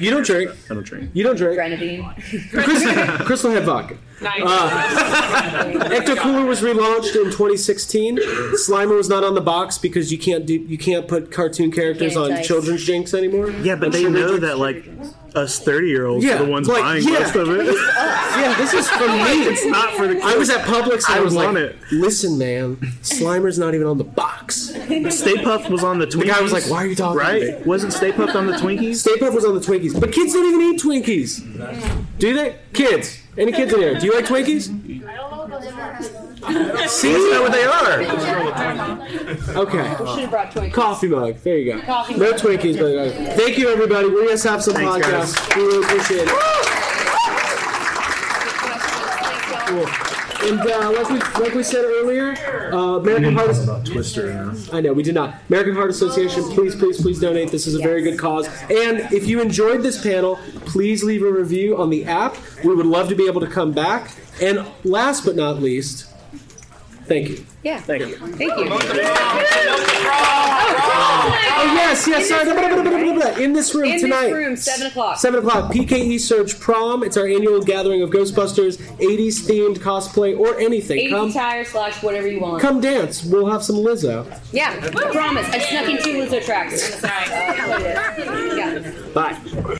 D: you don't drink.
F: I don't drink.
D: You don't drink.
E: Grenadine.
D: Crystal, Crystal had vodka.
A: Nice.
D: Uh, Ecto Cooler was relaunched in 2016. Slimer was not on the box because you can't do you can't put cartoon characters
F: Can't
D: on
F: entice.
D: children's drinks anymore.
F: Yeah, but
D: And
F: they
D: so we
F: know
D: drink-
F: that like us thirty year olds
D: Yeah,
F: are the ones
D: like,
F: buying
D: yeah.
F: most of it.
D: Yeah, this is for me.
F: It's not for the kids.
D: I was at Publix and
F: I
D: I was
F: want
D: like,
F: it.
D: "Listen, man, Slimer's not even on the box."
F: Stay Puffed was on the Twinkies.
D: The guy was like, "Why are you talking?"
F: Right?
D: To me?
F: Wasn't Stay Puffed on the Twinkies?
D: Stay Puft was on the Twinkies, but kids don't even eat Twinkies. Do they? Kids, any kids in here? Do you like Twinkies? See? That's not what they are.
E: We
D: Okay.
E: should have brought Twinkies.
D: Coffee mug. There you go.
E: Coffee
D: no
E: mug.
D: Twinkies, but uh, thank you, everybody. We're gonna have some
F: Thanks,
D: podcasts. We really appreciate it. Cool. And uh, like we like we said earlier, uh, American Heart. Asso-
F: Twister.
D: I know we did not. American Heart Association, please, please, please donate. This is a very good cause. And if you enjoyed this panel, please leave a review on the app. We would love to be able to come back. And last but not least, thank you.
E: Yeah.
F: Thank you.
E: Thank you.
D: Oh, yes, yes, sorry. blah, blah, blah, blah, blah, blah. In this room
E: In
D: tonight.
E: this room, seven o'clock.
D: 7 o'clock, PKE Surge Prom. It's our annual gathering of Ghostbusters, 80s themed cosplay, or anything.
E: Eighty
D: Come,
E: tire slash whatever you want.
D: come dance. We'll have some Lizzo.
E: Yeah, promise. I snuck in two Lizzo tracks. Uh, yeah.
D: Bye.